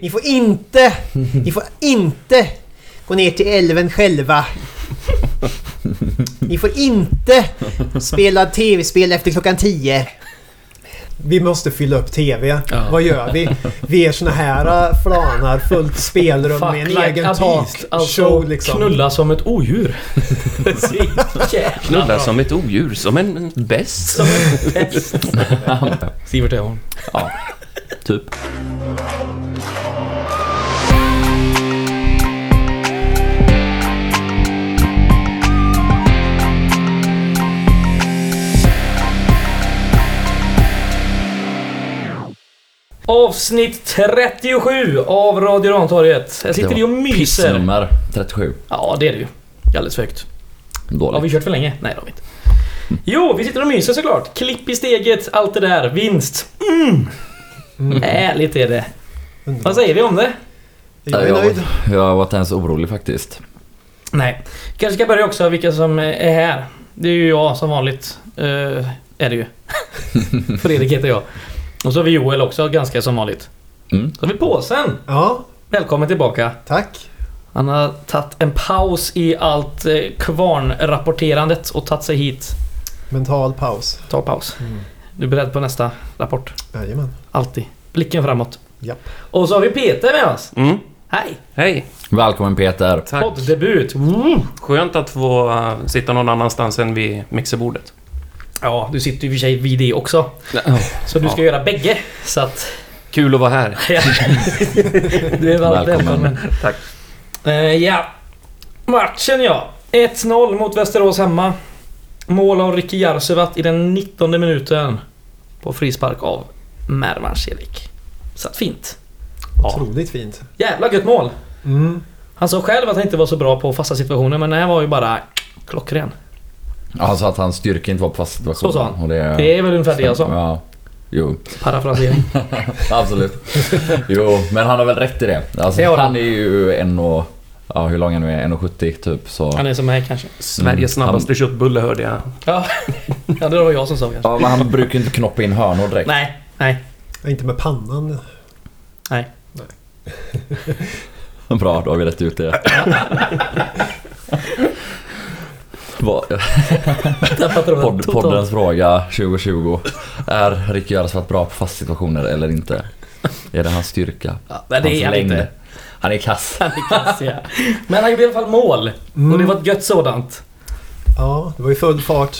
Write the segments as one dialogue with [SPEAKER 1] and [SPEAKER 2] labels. [SPEAKER 1] Ni får inte, ni får inte gå ner till älven själva. Ni får inte spela tv-spel efter klockan 10. Vi måste fylla upp TV.
[SPEAKER 2] Ja.
[SPEAKER 1] Vad gör vi? Vi är såna här äh, flanar, fullt spelrum med en egen
[SPEAKER 3] beast. Alltså,
[SPEAKER 1] talkshow liksom.
[SPEAKER 3] knulla som ett odjur.
[SPEAKER 2] Knulla som ett odjur, som en bäst.
[SPEAKER 3] Sivert är hon.
[SPEAKER 2] Ja, typ.
[SPEAKER 3] Avsnitt 37 av Radio Rantorget. Här sitter
[SPEAKER 4] Det
[SPEAKER 3] vi och
[SPEAKER 4] var
[SPEAKER 3] myser.
[SPEAKER 4] Pissnummer 37.
[SPEAKER 3] Ja, det är det ju. Alldeles för högt. Har vi
[SPEAKER 4] Dåligt.
[SPEAKER 3] kört för länge? Nej, det har vi inte. Jo, vi sitter och myser såklart. Klipp i steget, allt det där. Vinst. Mm. Härligt är det. Vad säger vi om det?
[SPEAKER 1] Jag är
[SPEAKER 4] jag,
[SPEAKER 1] nöjd.
[SPEAKER 4] var- jag var inte ens orolig faktiskt.
[SPEAKER 3] Nej. Kanske ska börja också vilka som är här. Det är ju jag som vanligt. Eh, är det ju. Fredrik heter jag. Och så har vi Joel också, ganska som vanligt.
[SPEAKER 4] Mm.
[SPEAKER 3] Så har vi påsen.
[SPEAKER 1] Ja,
[SPEAKER 3] Välkommen tillbaka.
[SPEAKER 1] tack.
[SPEAKER 3] Han har tagit en paus i allt eh, kvarnrapporterandet och tagit sig hit.
[SPEAKER 1] Mental paus.
[SPEAKER 3] Ta paus. Du är beredd på nästa rapport.
[SPEAKER 1] Jajamän.
[SPEAKER 3] Alltid. Blicken framåt.
[SPEAKER 1] Japp.
[SPEAKER 3] Och så har vi Peter med oss.
[SPEAKER 2] Mm.
[SPEAKER 3] Hej!
[SPEAKER 2] Hej!
[SPEAKER 4] Välkommen Peter.
[SPEAKER 2] Tack.
[SPEAKER 3] Poddebut. Woo!
[SPEAKER 2] Skönt att få äh, sitta någon annanstans än vid mixerbordet.
[SPEAKER 3] Ja, du sitter ju i och för sig vid det också. Så du ska göra bägge. Så att...
[SPEAKER 2] Kul att vara här.
[SPEAKER 3] du är varmt
[SPEAKER 4] Välkommen.
[SPEAKER 3] välkommen.
[SPEAKER 2] Tack.
[SPEAKER 3] Eh, ja. Matchen ja. 1-0 mot Västerås hemma. Mål av Ricky Jarsuvat i den 19 minuten. På frispark av Mervan Celik. Satt fint. Ja.
[SPEAKER 1] Otroligt fint.
[SPEAKER 3] Jävla gött mål.
[SPEAKER 1] Mm.
[SPEAKER 3] Han sa själv att han inte var så bra på fasta situationer men den här var ju bara klockren.
[SPEAKER 4] Han sa Alltså, att hans styrka inte var på fast
[SPEAKER 3] Så
[SPEAKER 4] situation.
[SPEAKER 3] sa han.
[SPEAKER 4] Och det,
[SPEAKER 3] Det är väl ungefär det jag sa.
[SPEAKER 4] Ja. Jo,
[SPEAKER 3] Parafrasering.
[SPEAKER 4] absolut. jo, men han har väl rätt i det. Alltså,
[SPEAKER 3] Det har han.
[SPEAKER 4] han är ju en och... Ja, hur lång han nu är? 1,70 typ. Så.
[SPEAKER 3] Han är som här kanske.
[SPEAKER 2] Sveriges snabbaste köttbulle hörde jag.
[SPEAKER 3] Ja, ja det var jag som sa kanske.
[SPEAKER 4] Ja, men han brukar inte knoppa in hörnor direkt.
[SPEAKER 3] Nej, nej,
[SPEAKER 1] Inte med pannan.
[SPEAKER 3] nej.
[SPEAKER 4] Bra, då har vi rätt ut det. Vad-
[SPEAKER 3] Tappat tråden
[SPEAKER 4] Podd,
[SPEAKER 3] totalt.
[SPEAKER 4] poddens fråga 2020. Är Ricky Jarasvat bra på fast situationer eller inte? Är det hans styrka?
[SPEAKER 3] Ja, men det
[SPEAKER 4] hans
[SPEAKER 3] är han inte.
[SPEAKER 4] Han är kass.
[SPEAKER 3] Han är kass, ja. Men han gjorde i alla fall mål. Och det var ett gött sådant.
[SPEAKER 1] Mm. Ja, det var ju full fart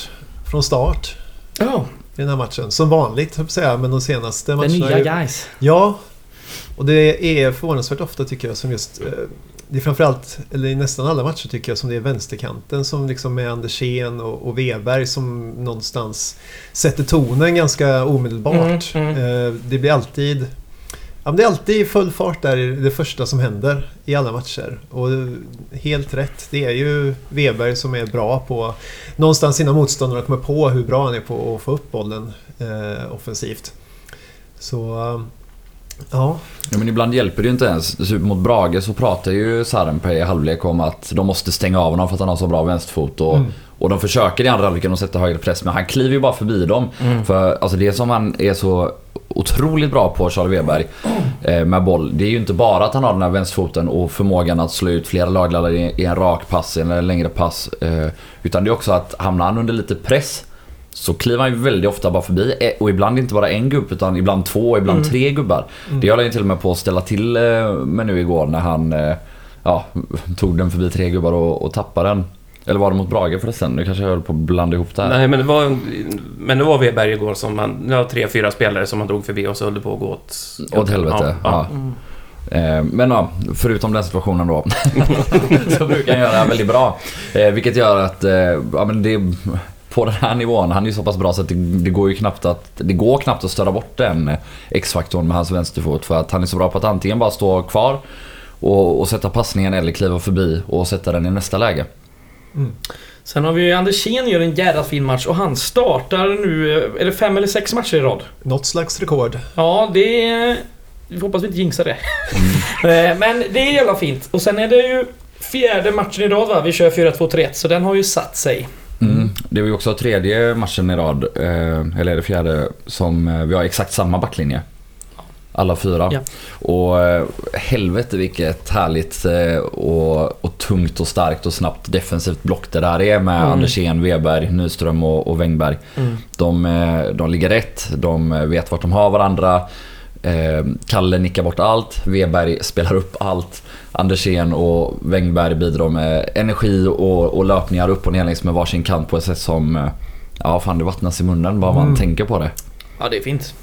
[SPEAKER 1] från start.
[SPEAKER 3] Ja,
[SPEAKER 1] i den här matchen. Som vanligt, höll jag på att säga, men de senaste
[SPEAKER 3] den
[SPEAKER 1] matcherna...
[SPEAKER 3] nya
[SPEAKER 1] är ju-
[SPEAKER 3] guys.
[SPEAKER 1] Ja. Och det är förvånansvärt ofta tycker jag som just... eh, Det är framförallt, eller i nästan alla matcher tycker jag, som det är vänsterkanten som liksom med Andersén och, och Weberg som någonstans sätter tonen ganska omedelbart.
[SPEAKER 3] Mm,
[SPEAKER 1] Eh, Det blir alltid... Ja, men det är alltid full fart där, i det första som händer i alla matcher. Och helt rätt, det är ju Weberg som är bra på... Någonstans innan motståndarna kommer på hur bra han är på att få upp bollen eh, offensivt. Så... eh, Ja,
[SPEAKER 4] Ja, men ibland hjälper det ju inte ens. Typ Mot Brage så pratar ju Sarenpää i halvlek om att de måste stänga av honom för att han har så bra vänsterfot. Och, och de försöker i andra halvleken att sätta högre press men han kliver ju bara förbi dem. För alltså, det som han är så otroligt bra på, Charlie Weberg, eh, med boll. Det är ju inte bara att han har den här vänsterfoten och förmågan att slå ut flera lagladdare i i en rak pass eller en längre pass. Eh, utan det är också att hamnar han under lite press så kliver han ju väldigt ofta bara förbi eh, och ibland inte bara en gubbe utan ibland två och ibland tre gubbar. Det höll han ju till och med på att ställa till eh, med nu igår när han eh, ja, tog den förbi tre gubbar och, och tappade den. Eller var det mot Brage förresten? Nu kanske jag höll på att blanda ihop det här.
[SPEAKER 2] Nej, men det var, men det var Weberg igår som man... Det var tre, fyra spelare som man drog förbi och så höll det på att gå åt...
[SPEAKER 4] Åt helvete.
[SPEAKER 2] Ja, ja.
[SPEAKER 4] Ja. Eh, Men ja, förutom den situationen då. så brukar han göra väldigt bra. Eh, Vilket gör att eh, ja, men det, på den här nivån, han är ju så pass bra så att det, det går ju knappt att, det går knappt att störa bort den eh, X-faktorn med hans vänsterfot. För att han är så bra på att antingen bara stå kvar och, och sätta passningen eller kliva förbi och sätta den i nästa läge.
[SPEAKER 3] Sen har vi ju Andersén gör en jävla fin match och han startar nu, eh, är det fem eller sex matcher i rad?
[SPEAKER 1] något slags rekord.
[SPEAKER 3] Ja, det... Vi hoppas vi inte jinxar det. Eh, Men det är jävla fint. Och sen är det ju fjärde matchen i rad va? Vi kör 4-2-3-1 så den har ju satt sig.
[SPEAKER 4] Mm. Det var ju också tredje matchen i rad, eh, eller är det fjärde, som eh, vi har exakt samma backlinje. Alla fyra.
[SPEAKER 3] Ja.
[SPEAKER 4] Och eh, helvete vilket härligt eh, och, och tungt och starkt och snabbt defensivt block det där är med
[SPEAKER 3] Mm.
[SPEAKER 4] Andersén, Weberg, Nyström och, och Wängberg.
[SPEAKER 3] Mm.
[SPEAKER 4] De, eh, de ligger rätt, de eh, vet vart de har varandra. Eh, Kalle nickar bort allt, Weberg spelar upp allt. Andersén och Wängberg bidrar med energi och, och löpningar upp och ner längs med varsin kant på ett sätt som... eh, Ja, fan det vattnas i munnen bara man
[SPEAKER 1] Mm.
[SPEAKER 4] tänker på det.
[SPEAKER 3] Ja, det är fint.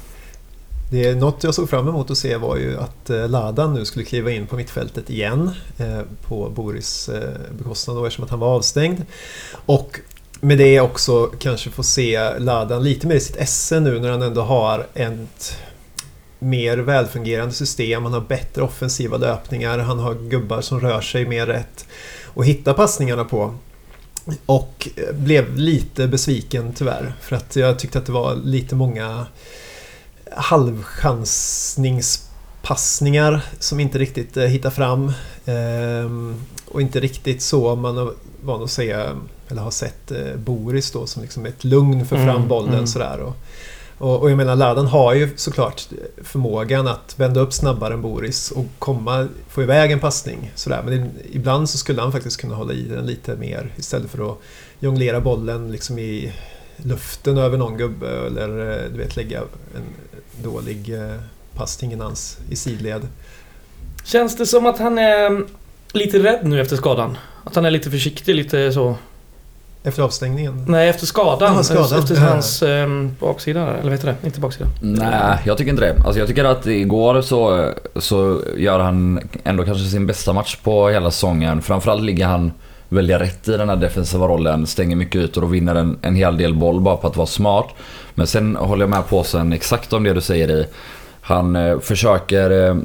[SPEAKER 1] Det är något jag såg fram emot att se var ju att eh, Ladan nu skulle kliva in på mittfältet igen eh, på Boris eh, bekostnad då, eftersom att han var avstängd. Och med det också kanske få se Ladan lite mer i sitt esse nu när han ändå har ett mer välfungerande system, han har bättre offensiva löpningar, han har gubbar som rör sig mer rätt och hitta passningarna på. Och eh, blev lite besviken tyvärr för att jag tyckte att det var lite många halvchansningspassningar som inte riktigt eh, hittar fram. Ehm, och inte riktigt så man har van att se, eller har sett eh, Boris då som liksom ett lugn för fram
[SPEAKER 3] Mm,
[SPEAKER 1] bollen
[SPEAKER 3] mm.
[SPEAKER 1] sådär. Och, och, och jag menar Ladan har ju såklart eh, förmågan att vända upp snabbare än Boris och komma, få iväg en passning. Sådär. Men det, ibland så skulle han faktiskt kunna hålla i den lite mer istället för att jonglera bollen liksom i luften över någon gubbe eller eh, du vet lägga en dålig eh, passning innans i sidled.
[SPEAKER 3] Känns det som att han är mm, lite rädd nu efter skadan? Att han är lite försiktig, lite så?
[SPEAKER 1] Efter avstängningen.
[SPEAKER 3] Nej, efter skadan.
[SPEAKER 1] Ja, skadan.
[SPEAKER 3] Efter
[SPEAKER 1] Ja.
[SPEAKER 3] hans ehm, baksida där, eller vad heter det? Inte baksida.
[SPEAKER 4] Nej, jag tycker inte det. Alltså jag tycker att igår så, eh, så gör han ändå kanske sin bästa match på hela säsongen. Framförallt ligger han väldigt rätt i den här defensiva rollen. Stänger mycket ytor och vinner en, en hel del boll bara på att vara smart. Men sen håller jag med påsen exakt om det du säger i. Han eh, försöker eh,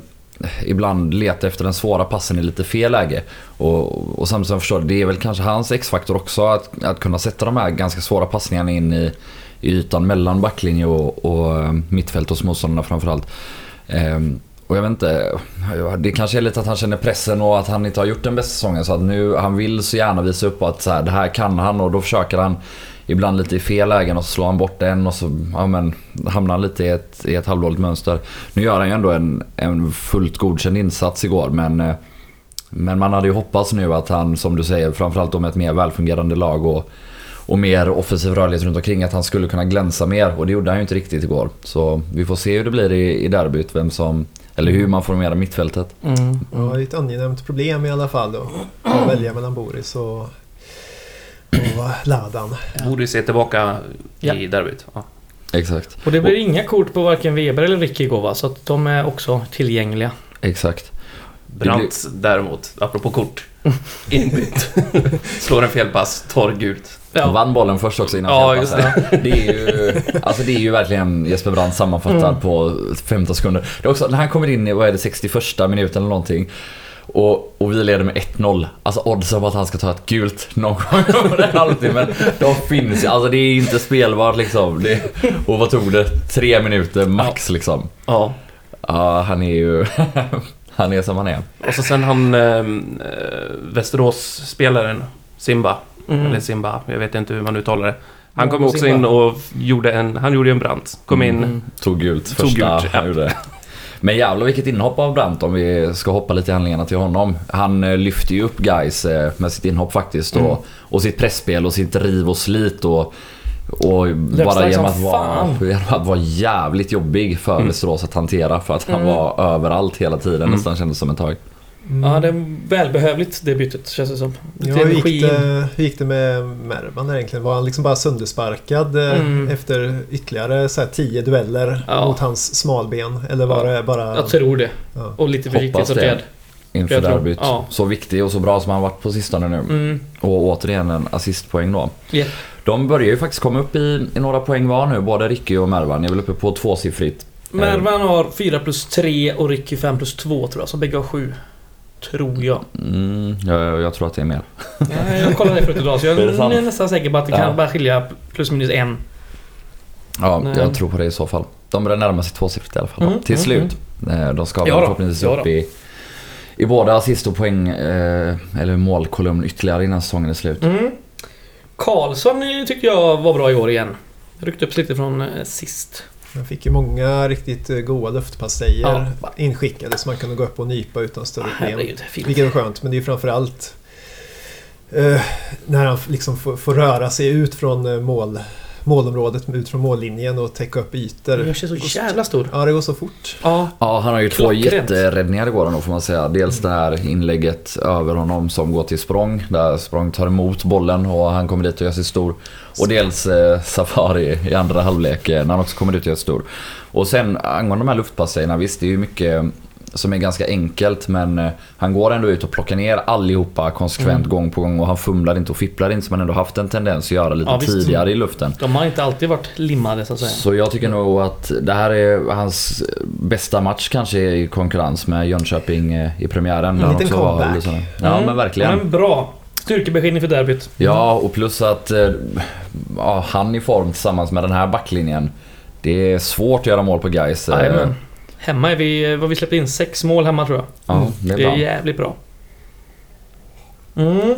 [SPEAKER 4] ibland leta efter den svåra passen i lite fel läge. Och, och samtidigt som jag förstår det, det är väl kanske hans X-faktor också att, att kunna sätta de här ganska svåra passningarna in i, i ytan mellan backlinje och, och eh, mittfält hos motståndarna framförallt. Ehm, och jag vet inte, det kanske är lite att han känner pressen och att han inte har gjort den bästa säsongen. Så att nu, han vill så gärna visa upp att så här, det här kan han och då försöker han ibland lite i fel lägen och så slår han bort den och så ja, men, hamnar han lite i ett, i ett halvdåligt mönster. Nu gör han ju ändå en, en fullt godkänd insats igår men, eh, men man hade ju hoppats nu att han, som du säger, framförallt om ett mer välfungerande lag och, och mer offensiv rörlighet runt omkring att han skulle kunna glänsa mer och det gjorde han ju inte riktigt igår. Så vi får se hur det blir i, i derbyt, vem som, eller hur man formerar mittfältet.
[SPEAKER 1] Det var ju ett angenämt problem i alla fall då. Att välja mellan Boris och, och Ladan.
[SPEAKER 2] Borde se tillbaka
[SPEAKER 3] Ja.
[SPEAKER 2] i derbyt. Ja.
[SPEAKER 4] Exakt.
[SPEAKER 3] Och det blir inga kort på varken Weber eller Ricky igår va? Så att de är också tillgängliga.
[SPEAKER 4] Exakt.
[SPEAKER 2] Brant däremot, apropå kort. Inbytt. Slår en felpass, tar gult.
[SPEAKER 4] Han vann bollen först också innan
[SPEAKER 2] Ja,
[SPEAKER 4] felpassen. det. är ju, alltså det är ju verkligen Jesper Brandt sammanfattad
[SPEAKER 2] Mm.
[SPEAKER 4] på 15 sekunder. Det är också, när han kommer in i, vad är det, 61 minuten eller någonting. Och, och vi leder med 1-0. Alltså oddsen på att han ska ta ett gult någon gång under en halvtimme. De finns ju. Alltså det är inte spelbart liksom. Det, och vad tog det? Tre minuter max liksom.
[SPEAKER 2] Ja.
[SPEAKER 4] Ja, han är ju... han är som han är.
[SPEAKER 2] Och så sen han eh, eh, Västerås-spelaren Simba.
[SPEAKER 3] Mm.
[SPEAKER 2] Eller Simba, jag vet inte hur man uttalar det. Han kom
[SPEAKER 3] Ja,
[SPEAKER 2] också
[SPEAKER 3] Mm, Simba.
[SPEAKER 2] in och gjorde en, han gjorde ju en brant. Kom in,
[SPEAKER 3] Mm.
[SPEAKER 4] Tog gult
[SPEAKER 2] Tog
[SPEAKER 4] första
[SPEAKER 2] gult, ja.
[SPEAKER 4] han gjorde. Men jävlar vilket inhopp av Brandt om vi ska hoppa lite i handlingarna till honom. Han eh, lyfte ju upp guys eh, med sitt inhopp faktiskt.
[SPEAKER 3] Mm.
[SPEAKER 4] Och, och sitt pressspel och sitt riv och slit. Och, och bara
[SPEAKER 3] som
[SPEAKER 4] genom att, vara,
[SPEAKER 3] fan. Mm.
[SPEAKER 4] genom att vara jävligt jobbig för Västerås att hantera. För att han var överallt hela tiden nästan kändes som ett tag.
[SPEAKER 3] Ja, det är välbehövligt det bytet känns det som.
[SPEAKER 1] Ja,
[SPEAKER 3] Lite
[SPEAKER 1] hur,
[SPEAKER 3] energi
[SPEAKER 1] gick
[SPEAKER 3] in.
[SPEAKER 1] det, hur gick det med Mervan egentligen? Var han liksom bara söndersparkad eh,
[SPEAKER 3] Mm.
[SPEAKER 1] efter ytterligare så här, tio dueller
[SPEAKER 3] Ja.
[SPEAKER 1] mot hans smalben? Eller var det bara...
[SPEAKER 3] Jag tror det.
[SPEAKER 1] Ja.
[SPEAKER 3] Och lite försiktigt
[SPEAKER 4] Hoppas det.
[SPEAKER 3] sorterad.
[SPEAKER 4] Inför
[SPEAKER 3] Jag tror-
[SPEAKER 4] derbyt.
[SPEAKER 3] ja.
[SPEAKER 4] Så viktig och så bra som han varit på sistone nu.
[SPEAKER 3] Mm.
[SPEAKER 4] Och återigen en assistpoäng då.
[SPEAKER 3] Ja.
[SPEAKER 4] De börjar ju faktiskt komma upp i, i några poäng var nu. Både Ricky och Mervan. Jag är väl uppe på tvåsiffrigt.
[SPEAKER 3] Mervan har 4 plus 3 och Ricky 5 plus 2 tror jag, så bägge har 7. Tror jag.
[SPEAKER 4] Mm, jag, jag tror att det är mer.
[SPEAKER 3] Nej, jag kollade det förut idag så jag
[SPEAKER 4] Är det sant?
[SPEAKER 3] är nästan säker på att det
[SPEAKER 4] Ja.
[SPEAKER 3] kan bara skilja plus minus en.
[SPEAKER 4] Ja,
[SPEAKER 3] Nej.
[SPEAKER 4] jag tror på det i så fall. De börjar närma sig tvåsiffrigt i alla fall. då.
[SPEAKER 3] Mm,
[SPEAKER 4] Till
[SPEAKER 3] mm,
[SPEAKER 4] slut. Eh, De ska väl
[SPEAKER 3] Ja då,
[SPEAKER 4] förhoppningsvis
[SPEAKER 3] ja
[SPEAKER 4] upp
[SPEAKER 3] då.
[SPEAKER 4] i, i både assist och poäng eh, eller målkolumn ytterligare innan säsongen är slut.
[SPEAKER 3] Mm. Karlsson eh, tyckte jag var bra i år igen. Ryckte upp sig lite från eh, sist.
[SPEAKER 1] Jag fick ju många riktigt eh, goda luftpastejer
[SPEAKER 3] Ja.
[SPEAKER 1] inskickade som man kunde gå upp och nypa utan större problem.
[SPEAKER 3] Herregud, fint.
[SPEAKER 1] Vilket är skönt, men det är ju framförallt eh, när han liksom får, får röra sig ut från eh, mål, målområdet, ut från mållinjen och täcka upp
[SPEAKER 3] Den gör
[SPEAKER 1] ytor.
[SPEAKER 3] sig så jävla stor.
[SPEAKER 1] Ja, det går så fort.
[SPEAKER 3] Ja,
[SPEAKER 4] Ja, han har ju två
[SPEAKER 3] Klockrent.
[SPEAKER 4] jätteräddningar igår ändå får man säga. Dels det här inlägget över honom som går till Språng. Där Språng tar emot bollen och han kommer dit och gör sig stor. Och dels eh, Safari i andra halvlek eh, när han också kommer dit och gör sig stor. Och sen angående de här luftpasserna, visst det är ju mycket eh, som är ganska enkelt men eh, han går ändå ut och plockar ner allihopa konsekvent
[SPEAKER 3] Mm.
[SPEAKER 4] gång på gång och han fumlar inte och fipplar inte som han ändå haft en tendens att göra lite
[SPEAKER 3] Ja, visst.
[SPEAKER 4] tidigare i luften.
[SPEAKER 3] de har inte alltid varit limmade så att säga.
[SPEAKER 4] Så jag tycker nog att det här är hans bästa match kanske i konkurrens med Jönköping eh, i premiären. där han
[SPEAKER 1] liten
[SPEAKER 4] också var
[SPEAKER 1] comeback.
[SPEAKER 4] lite sådär. Ja
[SPEAKER 3] Mm.
[SPEAKER 4] men verkligen. eh.
[SPEAKER 3] Men bra. Styrkebeskedning för derbyt.
[SPEAKER 4] Ja och plus att eh, ja, han i form tillsammans med den här backlinjen. Det är svårt att göra mål på Gais. eh,
[SPEAKER 3] Jajamän. Hemma är vi, eh, vad vi släppte in, sex mål hemma tror jag. Mm.
[SPEAKER 4] Ja, det är
[SPEAKER 3] Det är
[SPEAKER 4] bra.
[SPEAKER 3] jävligt bra. Mm.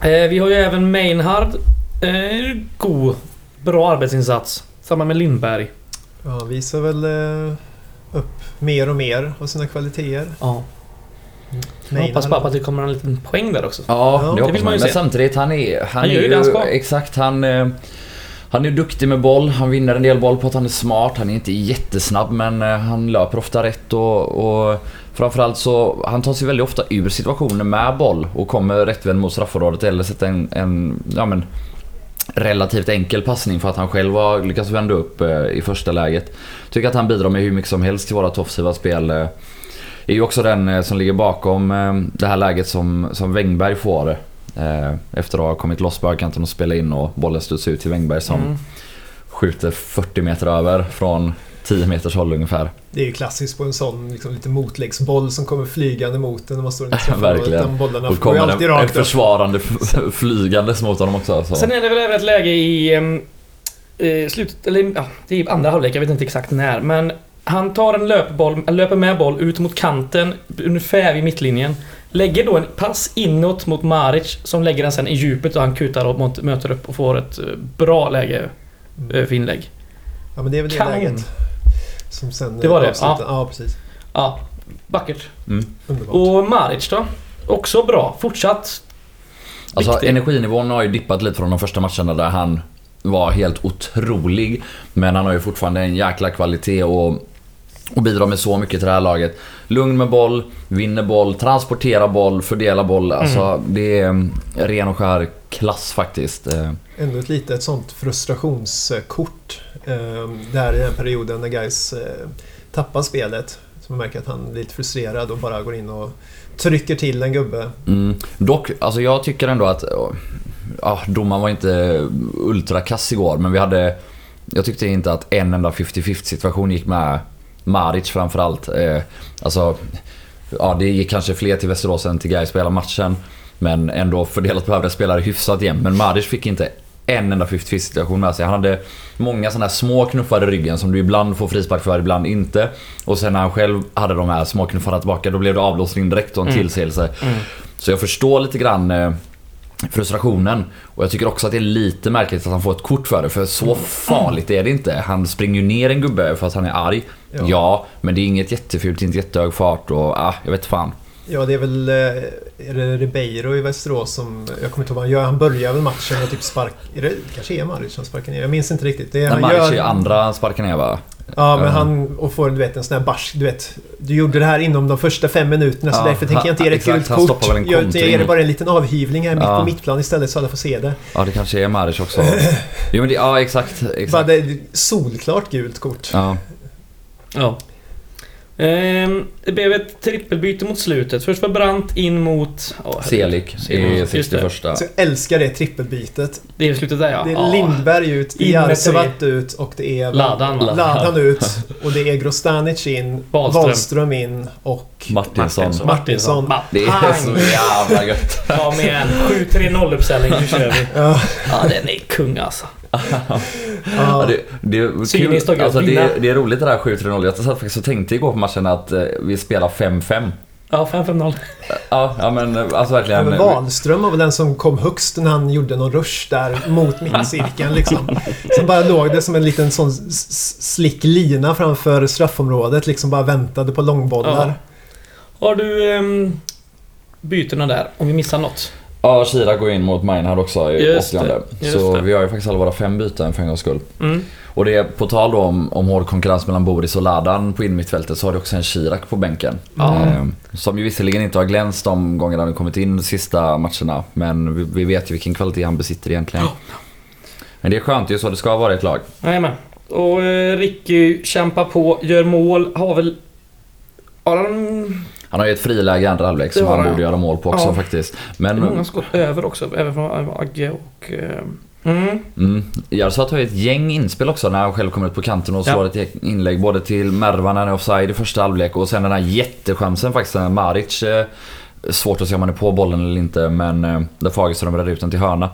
[SPEAKER 3] Eh, vi har ju även Meinhard. Eh, god. Bra arbetsinsats. Samma med Lindberg.
[SPEAKER 1] Ja, han visar väl eh, upp mer och mer av sina kvaliteter.
[SPEAKER 3] Ja. Jag
[SPEAKER 1] Nej,
[SPEAKER 3] hoppas
[SPEAKER 1] nej.
[SPEAKER 3] bara på att det kommer en liten poäng där också.
[SPEAKER 1] Ja,
[SPEAKER 4] Ja,
[SPEAKER 1] det
[SPEAKER 4] det hoppas
[SPEAKER 3] vill man
[SPEAKER 4] man.
[SPEAKER 3] ju
[SPEAKER 4] Men
[SPEAKER 3] se.
[SPEAKER 4] samtidigt, han är, han
[SPEAKER 3] gör
[SPEAKER 4] är
[SPEAKER 3] ju det han ska.
[SPEAKER 4] Exakt, han... eh, Han är duktig med boll, han vinner en del boll på att han är smart. Han är inte jättesnabb men eh, han löper ofta rätt och, och framförallt så han tar sig väldigt ofta ur situationer med boll och kommer rättvänd mot straffområdet eller sätter en, en ja, men, relativt enkel passning för att han själv har lyckats vända upp eh, i första läget. Tycker att han bidrar med hur mycket som helst till vårat offensiva spel. eh, är ju också den eh, som ligger bakom eh, det här läget som, som Wängberg får. eh, Efter att ha kommit loss på högkanten och spela in och bollen studsar ut till Wängberg som
[SPEAKER 3] Mm.
[SPEAKER 4] skjuter 40 meter över från 10 meters håll ungefär.
[SPEAKER 1] Det är ju klassiskt på en sån liksom, lite motläggsboll som kommer flygande mot en när man står i straffområdet.
[SPEAKER 4] Verkligen.
[SPEAKER 1] De bollarna
[SPEAKER 4] Och
[SPEAKER 1] går ju alltid
[SPEAKER 4] kommer en, en
[SPEAKER 1] rakt upp.
[SPEAKER 4] försvarande f- flygandes mot honom också. Så.
[SPEAKER 3] Sen är det väl även ett läge i ehm, eh, slutet, eller ja, det är i andra halvlek, jag vet inte exakt när. Men han tar en löpboll, eller löper med boll ut mot kanten, ungefär vid mittlinjen. Lägger då en pass inåt mot Maric som lägger den sen i djupet och han kutar och mot, möter upp och får ett eh, bra läge eh, för inlägg.
[SPEAKER 1] Ja, men det är väl det
[SPEAKER 3] Kanon.
[SPEAKER 1] läget. Som sen
[SPEAKER 3] Det var det,
[SPEAKER 1] avslutar- ja, precis.
[SPEAKER 3] Ja, vackert.
[SPEAKER 1] Underbart.
[SPEAKER 3] Och Maric då? Också bra, fortsatt.
[SPEAKER 4] Alltså
[SPEAKER 3] Viktig.
[SPEAKER 4] energinivån har ju dippat lite från de första matcherna där han var helt otrolig. Men han har ju fortfarande en jäkla kvalitet och, och bidrar med så mycket till det här laget. Lugn med boll, vinner boll, transporterar boll, fördelar boll. Alltså det är mm, ren och skär klass faktiskt. Eh,
[SPEAKER 1] Ändå ett litet sånt frustrationskort. Eh, där i den perioden när guys eh, tappar spelet. Så man märker att han blir lite frustrerad och bara går in och trycker till en gubbe.
[SPEAKER 4] Mm. Dock, alltså jag tycker ändå att... Ja, domaren var inte ultrakass igår, men vi hade... Jag tyckte inte att en enda 50-50 situation gick med Maric framförallt. Eh, alltså, ja, det gick kanske fler till Västerås än till Gais på hela matchen. Men ändå fördelat på övriga spelare hyfsat jämnt. Men Maric fick inte en enda 50-50 situation med sig. Han hade många sådana här små knuffar i ryggen som du ibland får frispark för, ibland inte. Och sen när han själv hade de här små knuffarna tillbaka, då blev det avblåsning direkt och en tillsägelse. Så jag förstår lite grann eh, frustrationen. Och jag tycker också att det är lite märkligt att han får ett kort för det. För så farligt är det inte. Han springer ju ner en gubbe för att han är arg.
[SPEAKER 1] Ja.
[SPEAKER 4] Ja, men det är inget jättefult, inte jättehög fart och ah, jag vet fan.
[SPEAKER 1] Ja, det är väl eh, är det Ribeiro i Västerås som... Jag kommer inte ihåg vad han gör. Han börjar väl matchen och typ spark... Är det kanske är Maric han sparkar ner? Jag minns inte riktigt. Det är,
[SPEAKER 4] När
[SPEAKER 1] han
[SPEAKER 4] Maric är
[SPEAKER 1] gör-
[SPEAKER 4] andra han sparkar ner va?
[SPEAKER 1] Ja, men
[SPEAKER 4] Ja.
[SPEAKER 1] han och får du vet, en sån här barsk... Du vet, du gjorde det här inom de första fem minuterna så
[SPEAKER 4] Ja,
[SPEAKER 1] därför tänker jag inte ge dig ett
[SPEAKER 4] exakt,
[SPEAKER 1] gult
[SPEAKER 4] han
[SPEAKER 1] kort.
[SPEAKER 4] stoppar väl en
[SPEAKER 1] Jag jag ger dig
[SPEAKER 4] kontring.
[SPEAKER 1] bara en liten avhyvling här mitt
[SPEAKER 4] Ja.
[SPEAKER 1] på mittplan istället så alla får se det.
[SPEAKER 4] Ja det kanske är Maric också. Jo men det, ja exakt.
[SPEAKER 1] Bara
[SPEAKER 4] exakt.
[SPEAKER 1] det är solklart gult kort.
[SPEAKER 4] Ja.
[SPEAKER 3] Ja. Ehm, det blev ett trippelbyte mot slutet. Först var Brandt in mot... åh, herregud.
[SPEAKER 4] Selik
[SPEAKER 3] Selik,
[SPEAKER 4] i
[SPEAKER 3] just det.
[SPEAKER 4] 61.
[SPEAKER 1] Så jag älskar det trippelbytet.
[SPEAKER 3] Det är slutet där ja.
[SPEAKER 1] Det är
[SPEAKER 3] Ja.
[SPEAKER 1] Lindberg ut, det
[SPEAKER 3] In
[SPEAKER 1] är
[SPEAKER 3] med
[SPEAKER 1] Arsevat ut och det är
[SPEAKER 3] Ladan, va?
[SPEAKER 1] Ladan ut. Och det är Grostanic in,
[SPEAKER 3] Wahlström.
[SPEAKER 1] Wahlström in och
[SPEAKER 4] Martinsson.
[SPEAKER 2] Martinsson.
[SPEAKER 1] Martinsson.
[SPEAKER 4] Det är så jävla gött.
[SPEAKER 3] Kom igen. 7-3-0 uppställning, nu kör vi.
[SPEAKER 1] Ja.
[SPEAKER 3] Ja, den är kung alltså.
[SPEAKER 4] Ja,
[SPEAKER 1] Ja,
[SPEAKER 4] det, det,
[SPEAKER 3] Cyniskt och gött.
[SPEAKER 4] är kul. Alltså, det,
[SPEAKER 3] Vinna.
[SPEAKER 4] är- det är roligt det där 7-3-0. Jag satt faktiskt och tänkte igår på matchen att eh, vi spelar 5-5.
[SPEAKER 3] Ja, 5-5-0.
[SPEAKER 4] Ja, ja men alltså
[SPEAKER 1] Ja,
[SPEAKER 4] verkligen.
[SPEAKER 1] men Wahlström var väl den som kom högst när han gjorde någon rush där mot mittcirkeln liksom. Sen bara låg det som en liten sån s- s- slick lina framför straffområdet liksom bara väntade på långbollar.
[SPEAKER 3] Har du um, bytena där? Om vi missar något?
[SPEAKER 4] Ja, Shira går in mot Meinhard också i
[SPEAKER 3] Just det,
[SPEAKER 4] 80
[SPEAKER 3] just
[SPEAKER 4] Så
[SPEAKER 3] det.
[SPEAKER 4] vi har ju faktiskt alla våra fem byten för en gångs skull.
[SPEAKER 3] Mm.
[SPEAKER 4] Och det är på tal då om, om hård konkurrens mellan Boris och Ladan på innermittfältet så har du också en Shirak på bänken.
[SPEAKER 3] Ja.
[SPEAKER 4] Ehm, som ju visserligen inte har glänst de gånger han har kommit in de sista matcherna. Men vi, vi vet ju vilken kvalitet han besitter egentligen. Men det är skönt, det är ju så det ska vara i ett lag.
[SPEAKER 3] Jajamän. Och eh, Ricky kämpar på, gör mål, har väl... Har han
[SPEAKER 4] Han har ju ett friläge i andra halvlek som
[SPEAKER 3] Det har
[SPEAKER 4] han
[SPEAKER 3] han,
[SPEAKER 4] borde göra mål på också
[SPEAKER 3] Ja.
[SPEAKER 4] faktiskt. Men
[SPEAKER 3] många skott över också? Även från eh, Agge och... eh, Mm.
[SPEAKER 4] Mm. Jarsat har ju ett gäng inspel också när han själv kommer ut på kanten och
[SPEAKER 3] Ja.
[SPEAKER 4] slår ett inlägg både till Mervan när han är offside i första halvlek och sen den här jättechansen faktiskt när Maric... Eh, svårt att se om han är på bollen eller inte men eh, där Fagerström räddar ut den till hörna.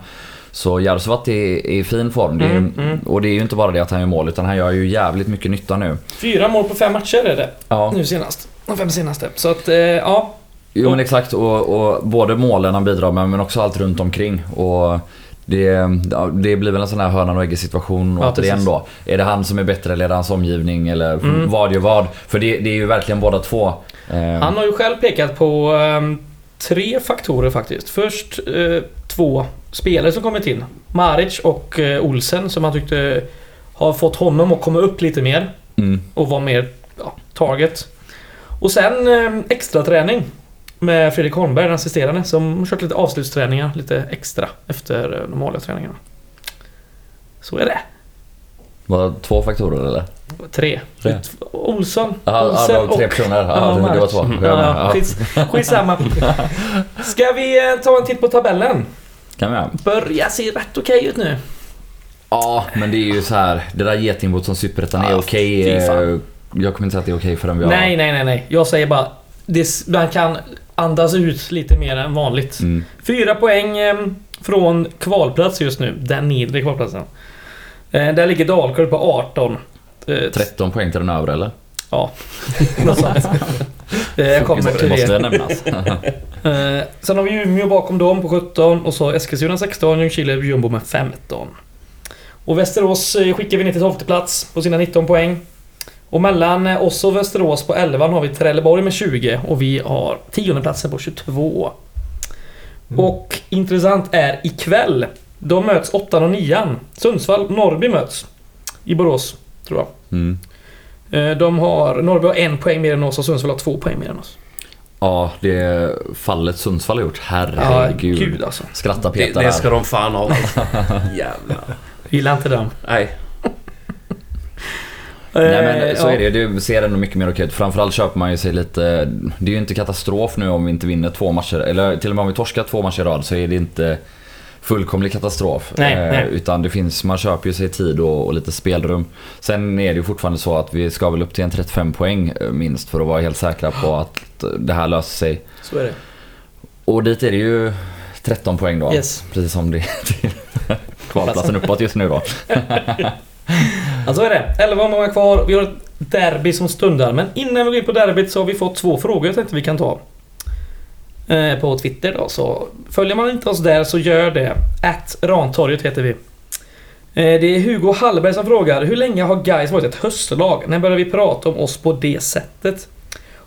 [SPEAKER 4] Så Jarsovat är är i fin form. Det är,
[SPEAKER 3] Mm, mm.
[SPEAKER 4] Och det är ju inte bara det att han gör mål utan han gör ju jävligt mycket nytta nu.
[SPEAKER 3] Fyra mål på fem matcher är det.
[SPEAKER 4] Ja.
[SPEAKER 3] Nu senast. De fem senaste. Så att, eh, ja.
[SPEAKER 4] Jo men exakt och, och både målen han bidrar med men också allt runt omkring. Och det, ja, det blir väl en sån här hönan och ägget situation
[SPEAKER 3] Ja,
[SPEAKER 4] återigen
[SPEAKER 3] precis.
[SPEAKER 4] då. Är det han som är bättre eller är det hans omgivning eller
[SPEAKER 3] Mm.
[SPEAKER 4] vad gör vad? För det, det är ju verkligen båda två. Eh,
[SPEAKER 3] Han har ju själv pekat på ehm, tre faktorer faktiskt. Först eh, två spelare som kommit in. Maric och eh, Olsen som han tyckte har fått honom att komma upp lite mer
[SPEAKER 4] mm,
[SPEAKER 3] och vara mer ja, target. Och sen eh, extra träning med Fredrik Holmberg, den assisterande, som har kört lite avslutsträningar lite extra efter eh, de vanliga träningarna. Så är det.
[SPEAKER 4] var två faktorer eller?
[SPEAKER 3] Tre.
[SPEAKER 4] Tre.
[SPEAKER 3] Olsson,
[SPEAKER 4] Jaha, ja, det
[SPEAKER 3] Olsen
[SPEAKER 4] var tre
[SPEAKER 3] och
[SPEAKER 4] personer.
[SPEAKER 3] Ja,
[SPEAKER 4] Ja, det- det var
[SPEAKER 3] March.
[SPEAKER 4] två. Jag menar,
[SPEAKER 3] Ja,
[SPEAKER 4] ja.
[SPEAKER 3] skits, skitsamma. Ska vi eh, ta en titt på tabellen?
[SPEAKER 4] Kan vi göra.
[SPEAKER 3] Börjar se rätt okej ut nu.
[SPEAKER 4] Ja, men det är ju så här. Det där getingboet som Superettan är
[SPEAKER 3] Ja,
[SPEAKER 4] okej.
[SPEAKER 3] fy fan.
[SPEAKER 4] eh, jag kommer inte säga att det är okej förrän vi har...
[SPEAKER 3] Nej, nej, nej, nej. Jag säger bara... det s- Man kan andas ut lite mer än vanligt.
[SPEAKER 4] Mm.
[SPEAKER 3] Fyra poäng eh, från kvalplats just nu. Den nedre kvalplatsen. Eh, Där ligger Dalkurd på 18. Eh,
[SPEAKER 4] 13 poäng till den övre eller?
[SPEAKER 3] Ja, något sånt. Eh, Jag kommer till
[SPEAKER 4] måste
[SPEAKER 3] det.
[SPEAKER 4] nämnas.
[SPEAKER 3] Eh, sen har vi Umeå bakom dem på 17 och så Eskilstuna 16, Ljungskile jumbo med 15. Och Västerås eh, skickar vi ner till 12 plats på sina 19 poäng. Och mellan eh, oss och Västerås på 11 har vi Trelleborg med 20 och vi har 10 platsen på 22. Och intressant är ikväll. De möts 8 och 9 Sundsvall Norrby möts. I Borås, tror jag.
[SPEAKER 4] Mm.
[SPEAKER 3] Eh, De har... Norrby har en poäng mer än oss och Sundsvall har två poäng mer än oss.
[SPEAKER 4] Ja, det fallet Sundsvall har gjort. Herregud.
[SPEAKER 3] Ja, gud alltså.
[SPEAKER 4] Skratta
[SPEAKER 2] Det,
[SPEAKER 4] Peter
[SPEAKER 2] det
[SPEAKER 4] här.
[SPEAKER 2] ska de fan ha. Jävlar.
[SPEAKER 3] Gillar inte dem.
[SPEAKER 2] Nej.
[SPEAKER 4] Nej men så
[SPEAKER 3] Eh,
[SPEAKER 4] är det ju. Det ser ändå mycket mer okej ut. Framförallt köper man ju sig lite... Det är ju inte katastrof nu om vi inte vinner två matcher. Eller till och med om vi torskar två matcher i rad så är det inte fullkomlig katastrof.
[SPEAKER 3] Nej,
[SPEAKER 4] Eh,
[SPEAKER 3] nej.
[SPEAKER 4] Utan det finns, man köper ju sig tid och, och lite spelrum. Sen är det ju fortfarande så att vi ska väl upp till en 35 poäng eh, minst för att vara helt säkra på att det här löser sig.
[SPEAKER 3] ja, Så är det.
[SPEAKER 4] Och dit är det ju 13 poäng då.
[SPEAKER 3] Yes.
[SPEAKER 4] Precis som det är till kvalplatsen uppåt just nu då.
[SPEAKER 3] Ja, så är det. 11 omgångar kvar. Vi har ett derby som stundar. Men innan vi går in på derbyt så har vi fått två frågor jag tänkte vi kan ta. Eh, på Twitter då. Så följer man inte oss där så gör det. At Rantorget heter vi. Eh, det är Hugo Hallberg som frågar. Hur länge har Gais varit ett höstlag? När börjar vi prata om oss på det sättet?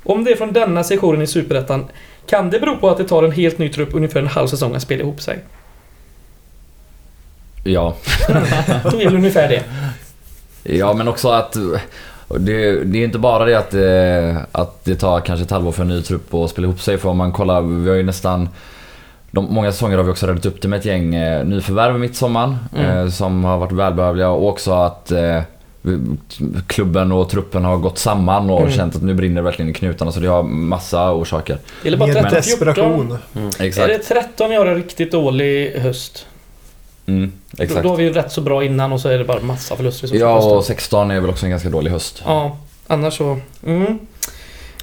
[SPEAKER 3] Om det är från denna sessionen i Superettan kan det bero på att det tar en helt ny trupp ungefär en halv säsong att spela ihop sig?
[SPEAKER 4] Ja.
[SPEAKER 3] Det är väl ungefär det.
[SPEAKER 4] Ja men också att och det, det är inte bara det att, eh, att det tar kanske ett halvår för en ny trupp att spela ihop sig. För om man kollar, vi har ju nästan... De, många säsonger har vi också räddat upp det med ett gäng eh, nyförvärv i mittsommaren.
[SPEAKER 3] Mm.
[SPEAKER 4] Eh, som har varit välbehövliga och också att eh, vi- klubben och truppen har gått samman och
[SPEAKER 3] Mm.
[SPEAKER 4] känt att nu brinner det verkligen i knutarna. Så det har massa orsaker.
[SPEAKER 3] Eller bara
[SPEAKER 1] Mer
[SPEAKER 3] 13-14.
[SPEAKER 1] desperation.
[SPEAKER 3] Är
[SPEAKER 4] Exakt.
[SPEAKER 3] det 13 vi har en riktigt dålig höst?
[SPEAKER 4] Mm,
[SPEAKER 3] Då,
[SPEAKER 4] exakt.
[SPEAKER 3] då har vi rätt så bra innan och så är det bara massa förluster i så
[SPEAKER 4] Ja
[SPEAKER 3] fall.
[SPEAKER 4] och 16 är väl också en ganska dålig höst.
[SPEAKER 3] ja, annars så... Mm. Eh,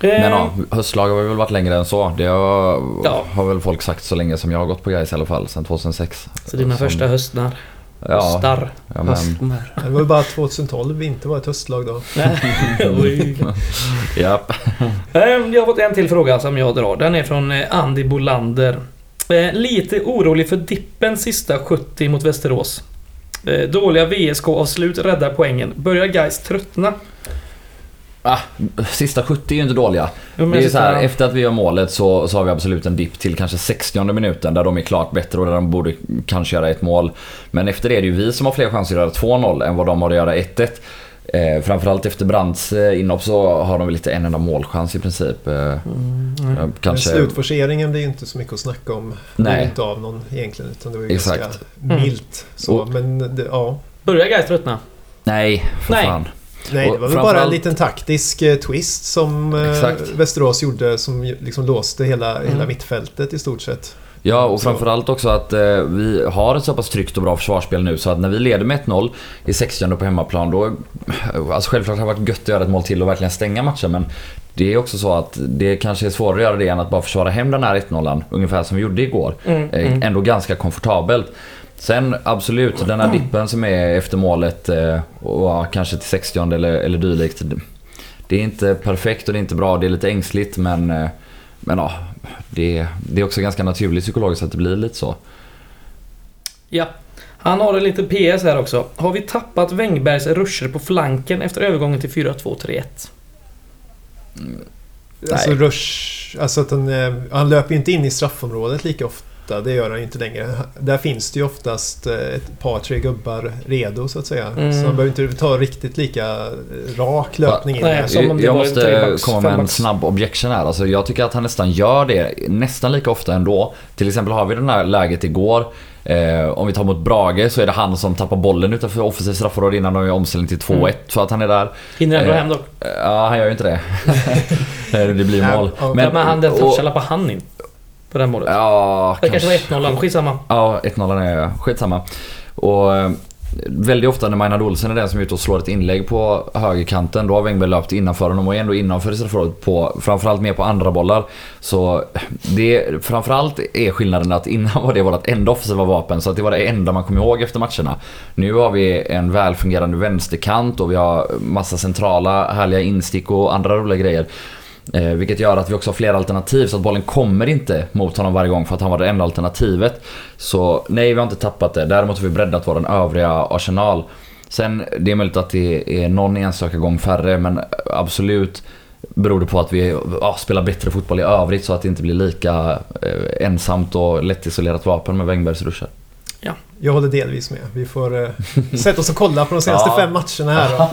[SPEAKER 4] Men ja, höstlag har väl varit längre än så. Det har,
[SPEAKER 3] Ja.
[SPEAKER 4] har väl folk sagt så länge som jag har gått på Gais i alla fall, sedan 2006.
[SPEAKER 3] Så dina
[SPEAKER 4] Som-
[SPEAKER 3] första höstnar.
[SPEAKER 4] Ja,
[SPEAKER 3] Hostar.
[SPEAKER 4] ja men,
[SPEAKER 1] Det var ju bara 2012 vi inte var ett höstlag då.
[SPEAKER 3] Oj.
[SPEAKER 4] japp.
[SPEAKER 3] Ehm, Jag har fått en till fråga som jag drar. Den är från eh, Andy Bolander. Eh, Lite orolig för dippen sista 70 mot Västerås. Eh, Dåliga VSK-avslut räddar poängen. Börjar Gais tröttna?
[SPEAKER 4] Ah, sista 70 är ju inte dåliga.
[SPEAKER 3] Jo, men
[SPEAKER 4] Det är ju så
[SPEAKER 3] sista-
[SPEAKER 4] här, efter att vi gör målet så, så har vi absolut en dipp till kanske 60 minuten där de är klart bättre och där de borde kanske göra ett mål. Men efter det är det ju vi som har fler chanser att göra 2-0 än vad de har att göra 1-1. Eh, framförallt efter Brants eh, inhopp så har de väl inte en enda målchans i princip. Eh,
[SPEAKER 3] Mm,
[SPEAKER 4] eh,
[SPEAKER 1] Men
[SPEAKER 4] kanske...
[SPEAKER 1] Slutforceringen blir ju inte så mycket att snacka om.
[SPEAKER 4] Nej.
[SPEAKER 1] Det är Inte av någon egentligen. Utan det var ju
[SPEAKER 4] Exakt.
[SPEAKER 1] ganska
[SPEAKER 3] Mm.
[SPEAKER 1] milt. Så,
[SPEAKER 4] Och-
[SPEAKER 1] men det, ja.
[SPEAKER 3] Börjar Gais tröttna?
[SPEAKER 4] Nej, för
[SPEAKER 3] Nej.
[SPEAKER 4] fan.
[SPEAKER 1] Nej, det
[SPEAKER 4] Och
[SPEAKER 1] var väl bara en
[SPEAKER 4] framförallt-
[SPEAKER 1] liten taktisk eh, twist som eh,
[SPEAKER 4] Exakt.
[SPEAKER 1] Västerås gjorde som ju liksom låste hela, hela
[SPEAKER 3] Mm.
[SPEAKER 1] mittfältet i stort sett.
[SPEAKER 4] Ja, och
[SPEAKER 1] Så.
[SPEAKER 4] framförallt också att eh, vi har ett så pass tryggt och bra försvarsspel nu så att när vi leder med 1-0 i 60 på hemmaplan då... Alltså självklart har det varit gött att göra ett mål till och verkligen stänga matchen men det är också så att det kanske är svårare att göra det än att bara försvara hem den här 1-0 ungefär som vi gjorde igår.
[SPEAKER 3] Mm,
[SPEAKER 4] Eh,
[SPEAKER 3] mm.
[SPEAKER 4] Ändå ganska komfortabelt. Sen absolut, den här dippen som är efter målet eh, och ja, kanske till 60 eller, eller dylikt. det- Det är inte perfekt och det är inte bra, det är lite ängsligt men... eh, Men ja, det, det är också ganska naturligt psykologiskt att det blir lite så.
[SPEAKER 3] Ja. Han har en liten PS här också. Har vi tappat Wängbergs ruscher på flanken efter övergången till 4-2-3-1?
[SPEAKER 1] Alltså rush, alltså att han, eh, han löper ju inte in i straffområdet lika ofta. Det gör han ju inte längre. Där finns det ju oftast eh, ett par, tre gubbar redo så att säga.
[SPEAKER 3] Mm.
[SPEAKER 1] Så han behöver inte ta riktigt lika eh, rak löpning in.
[SPEAKER 3] Nej,
[SPEAKER 1] här.
[SPEAKER 3] Som Alltså, om det
[SPEAKER 4] jag
[SPEAKER 3] var en
[SPEAKER 4] måste
[SPEAKER 3] trebacks,
[SPEAKER 4] komma med en
[SPEAKER 3] fembacks.
[SPEAKER 4] snabb objection här. Alltså, jag tycker att han nästan gör det nästan lika ofta ändå. Till exempel har vi det här läget igår. Eh, om vi tar mot Brage så är det han som tappar bollen utanför offensivt straffområde innan de gör omställning till 2-1
[SPEAKER 3] Mm.
[SPEAKER 4] för att han är där.
[SPEAKER 3] Hinner ändå
[SPEAKER 4] Eh,
[SPEAKER 3] hem dock.
[SPEAKER 4] Eh, Ja, han gör ju inte det. Eh, det blir
[SPEAKER 1] Ja,
[SPEAKER 4] mål.
[SPEAKER 1] ja.
[SPEAKER 3] Men, men han den
[SPEAKER 4] och-
[SPEAKER 3] touchen lappar han in. På den målet.
[SPEAKER 4] Ja,
[SPEAKER 3] det
[SPEAKER 4] kanske.
[SPEAKER 3] kanske var 1-0, skitsamma.
[SPEAKER 4] Ja, 1-0 är jag. Skitsamma. Och eh, väldigt ofta när Maynard Olsen är den som är ute och slår ett inlägg på högerkanten, då har Wängberg löpt innanför honom och är ändå innanför straffområdet på, framförallt mer på andra bollar. Så eh, det, framförallt är skillnaden att innan var det vårt enda offensiva vapen, så att det var det enda man kom ihåg efter matcherna. Nu har vi en välfungerande vänsterkant och vi har massa centrala härliga instick och andra roliga grejer. Eh, vilket gör att vi också har flera alternativ så att bollen kommer inte mot honom varje gång för att han var det enda alternativet. Så nej, vi har inte tappat det. Däremot har vi breddat vår övriga arsenal. Sen, det är möjligt att det är någon enstaka gång färre men absolut beror det på att vi ja, spelar bättre fotboll i övrigt så att det inte blir lika eh, ensamt och lättisolerat vapen med Wängbergs ruscher.
[SPEAKER 1] Jag håller delvis med. Vi får eh, sätta oss och kolla på de senaste
[SPEAKER 4] Ja.
[SPEAKER 1] fem matcherna här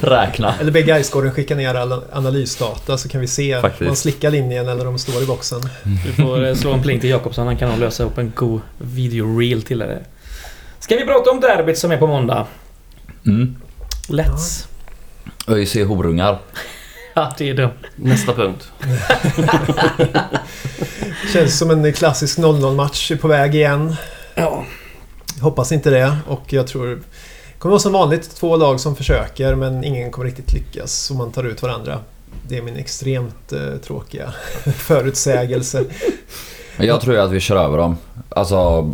[SPEAKER 1] då.
[SPEAKER 4] Räkna.
[SPEAKER 1] Eller be Gaisgården skicka ner alla analysdata så kan vi se om
[SPEAKER 4] Faktiskt.
[SPEAKER 1] de slickar linjen eller om de står i boxen.
[SPEAKER 3] Du får eh, slå en pling till Jakobsson, han kan nog lösa upp en god videoreel till det. Ska vi prata om derbyt som är på måndag?
[SPEAKER 4] Mm.
[SPEAKER 3] Let's.
[SPEAKER 4] ÖIC horungar.
[SPEAKER 3] Ja, det är dumt.
[SPEAKER 2] Nästa punkt.
[SPEAKER 1] Känns som en klassisk 0-0 match är på väg igen.
[SPEAKER 3] Ja.
[SPEAKER 1] Hoppas inte det och jag tror... Det kommer vara som vanligt två lag som försöker men ingen kommer riktigt lyckas och man tar ut varandra. Det är min extremt eh, tråkiga förutsägelse.
[SPEAKER 4] Men Jag tror ju att vi kör över dem. Alltså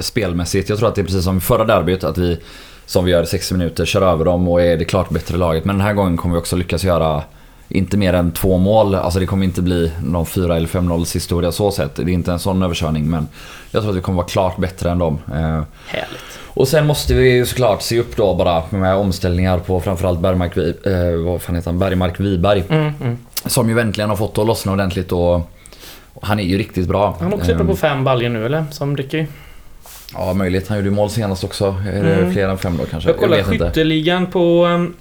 [SPEAKER 4] spelmässigt. Jag tror att det är precis som i förra derbyt. Att vi, som vi gör i 60 minuter, kör över dem och är det klart bättre laget. Men den här gången kommer vi också lyckas göra inte mer än två mål. Alltså det kommer inte bli någon 4 eller 5-0 historia så sett. Det är inte en sån överkörning men jag tror att vi kommer vara klart bättre än dem. Eh,
[SPEAKER 3] Härligt.
[SPEAKER 4] och sen måste vi ju såklart se upp då bara med omställningar på framförallt Bergmark, Vi- eh, vad fan heter han? Bergmark Wiberg.
[SPEAKER 3] Mm, mm.
[SPEAKER 4] Som ju äntligen har fått det att lossna ordentligt och och han är ju riktigt bra.
[SPEAKER 3] Han är också uppe
[SPEAKER 4] Eh,
[SPEAKER 3] på fem baljer nu eller? Som Ricky.
[SPEAKER 4] Ja, möjligt. Han gjorde ju mål senast också. Är det
[SPEAKER 3] Mm.
[SPEAKER 4] fler än fem då kanske?
[SPEAKER 3] Jag kollade
[SPEAKER 4] vet inte.
[SPEAKER 3] skytteligan på um,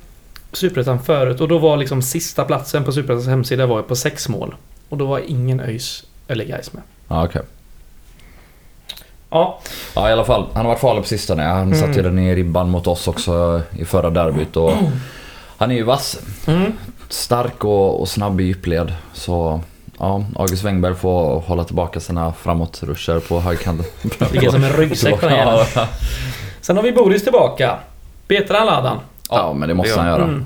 [SPEAKER 3] Superettan förut och då var liksom sista platsen på Superettans hemsida var på sex mål. Och då var ingen ÖIS eller Gais med.
[SPEAKER 4] Ja, okej.
[SPEAKER 3] Ja,
[SPEAKER 4] ja, i alla fall. Han har varit farlig på sistone. Han
[SPEAKER 3] Mm.
[SPEAKER 4] satte ju den i ribban mot oss också i förra derbyt. Och han är ju vass.
[SPEAKER 3] mm.
[SPEAKER 4] Stark och, och snabb i djupled. Så ja, August Wängberg får hålla tillbaka sina framåtruscher på högerkanten.
[SPEAKER 3] ligger som en ryggsäck på den jäveln.
[SPEAKER 4] ja,
[SPEAKER 3] Sen har vi Boris tillbaka. Betar han Ladan?
[SPEAKER 4] ja, men det måste
[SPEAKER 2] Det
[SPEAKER 4] han göra.
[SPEAKER 3] Mm.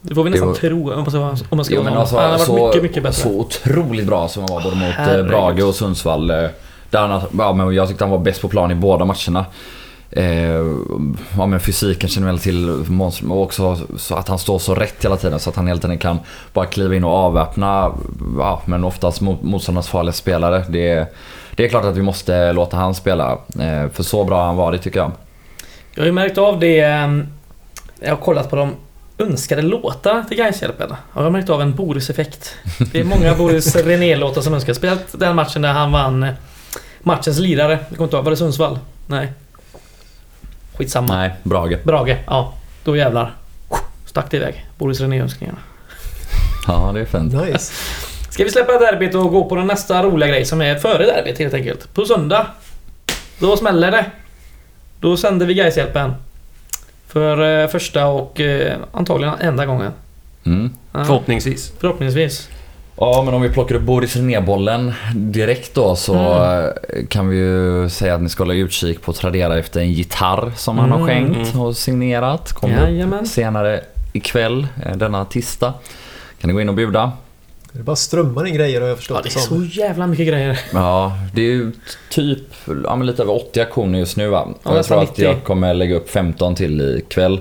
[SPEAKER 3] Det får vi nästan
[SPEAKER 4] var-
[SPEAKER 3] tro om man ska, om man ska
[SPEAKER 4] Jo,
[SPEAKER 3] vara
[SPEAKER 4] men
[SPEAKER 3] någon.
[SPEAKER 4] alltså,
[SPEAKER 3] Han har varit
[SPEAKER 4] så,
[SPEAKER 3] mycket, mycket bättre.
[SPEAKER 4] så otroligt bra som han var både mot eh,
[SPEAKER 3] Herregud.
[SPEAKER 4] Brage och Sundsvall. eh, Där han, har- ja, men jag tyckte han var bäst på plan i båda matcherna. Eh, ja, men fysiken känner väl till monster, och också så att han står så rätt hela tiden så att han hela tiden kan bara kliva in och avväpna ja, men oftast mot, motståndarnas farliga spelare. Det, är- det är klart att vi måste låta han spela. Eh, för så bra har han varit tycker jag.
[SPEAKER 3] Jag har ju märkt av det... ehm, Jag har kollat på de önskade låtarna till Gaishjälpen. Jag har märkt av en Boris-effekt. Det är många Boris René-låtar som önskas. Speciellt den matchen där han vann eh, matchens lirare. Jag kommer inte ihåg. Var det Sundsvall? Nej. Skitsamma.
[SPEAKER 4] Nej, Brage.
[SPEAKER 3] Brage. Ja, då jävlar. Stack det iväg. Boris René-önskningarna.
[SPEAKER 4] Ja, det är fint.
[SPEAKER 1] Nice.
[SPEAKER 3] Ska vi släppa derbyt och gå på den nästa roliga grej som är före derbyt helt enkelt. På söndag. Då smäller det. Då sänder vi Gaishjälpen. För eh, första och eh, antagligen enda gången.
[SPEAKER 4] Mm.
[SPEAKER 3] Ja,
[SPEAKER 2] Förhoppningsvis.
[SPEAKER 3] förhoppningsvis.
[SPEAKER 4] Ja, men om vi plockar upp Boris René-bollen direkt då så
[SPEAKER 3] Mm.
[SPEAKER 4] eh, kan vi ju säga att ni ska hålla utkik på Tradera efter en gitarr som han har
[SPEAKER 3] Mm.
[SPEAKER 4] skänkt och signerat. Kommer
[SPEAKER 3] Jajamän.
[SPEAKER 4] upp senare ikväll, eh, denna tisdag. Kan ni gå in och bjuda?
[SPEAKER 1] Det bara strömmar in grejer har jag förstått
[SPEAKER 3] Ja, det är så jävla mycket grejer.
[SPEAKER 4] Ja, det är ju typ ja, men lite över 80 aktioner just nu va?
[SPEAKER 3] Ja,
[SPEAKER 4] Och jag
[SPEAKER 3] nästan
[SPEAKER 4] tror att
[SPEAKER 3] 90.
[SPEAKER 4] jag kommer lägga upp 15 till ikväll.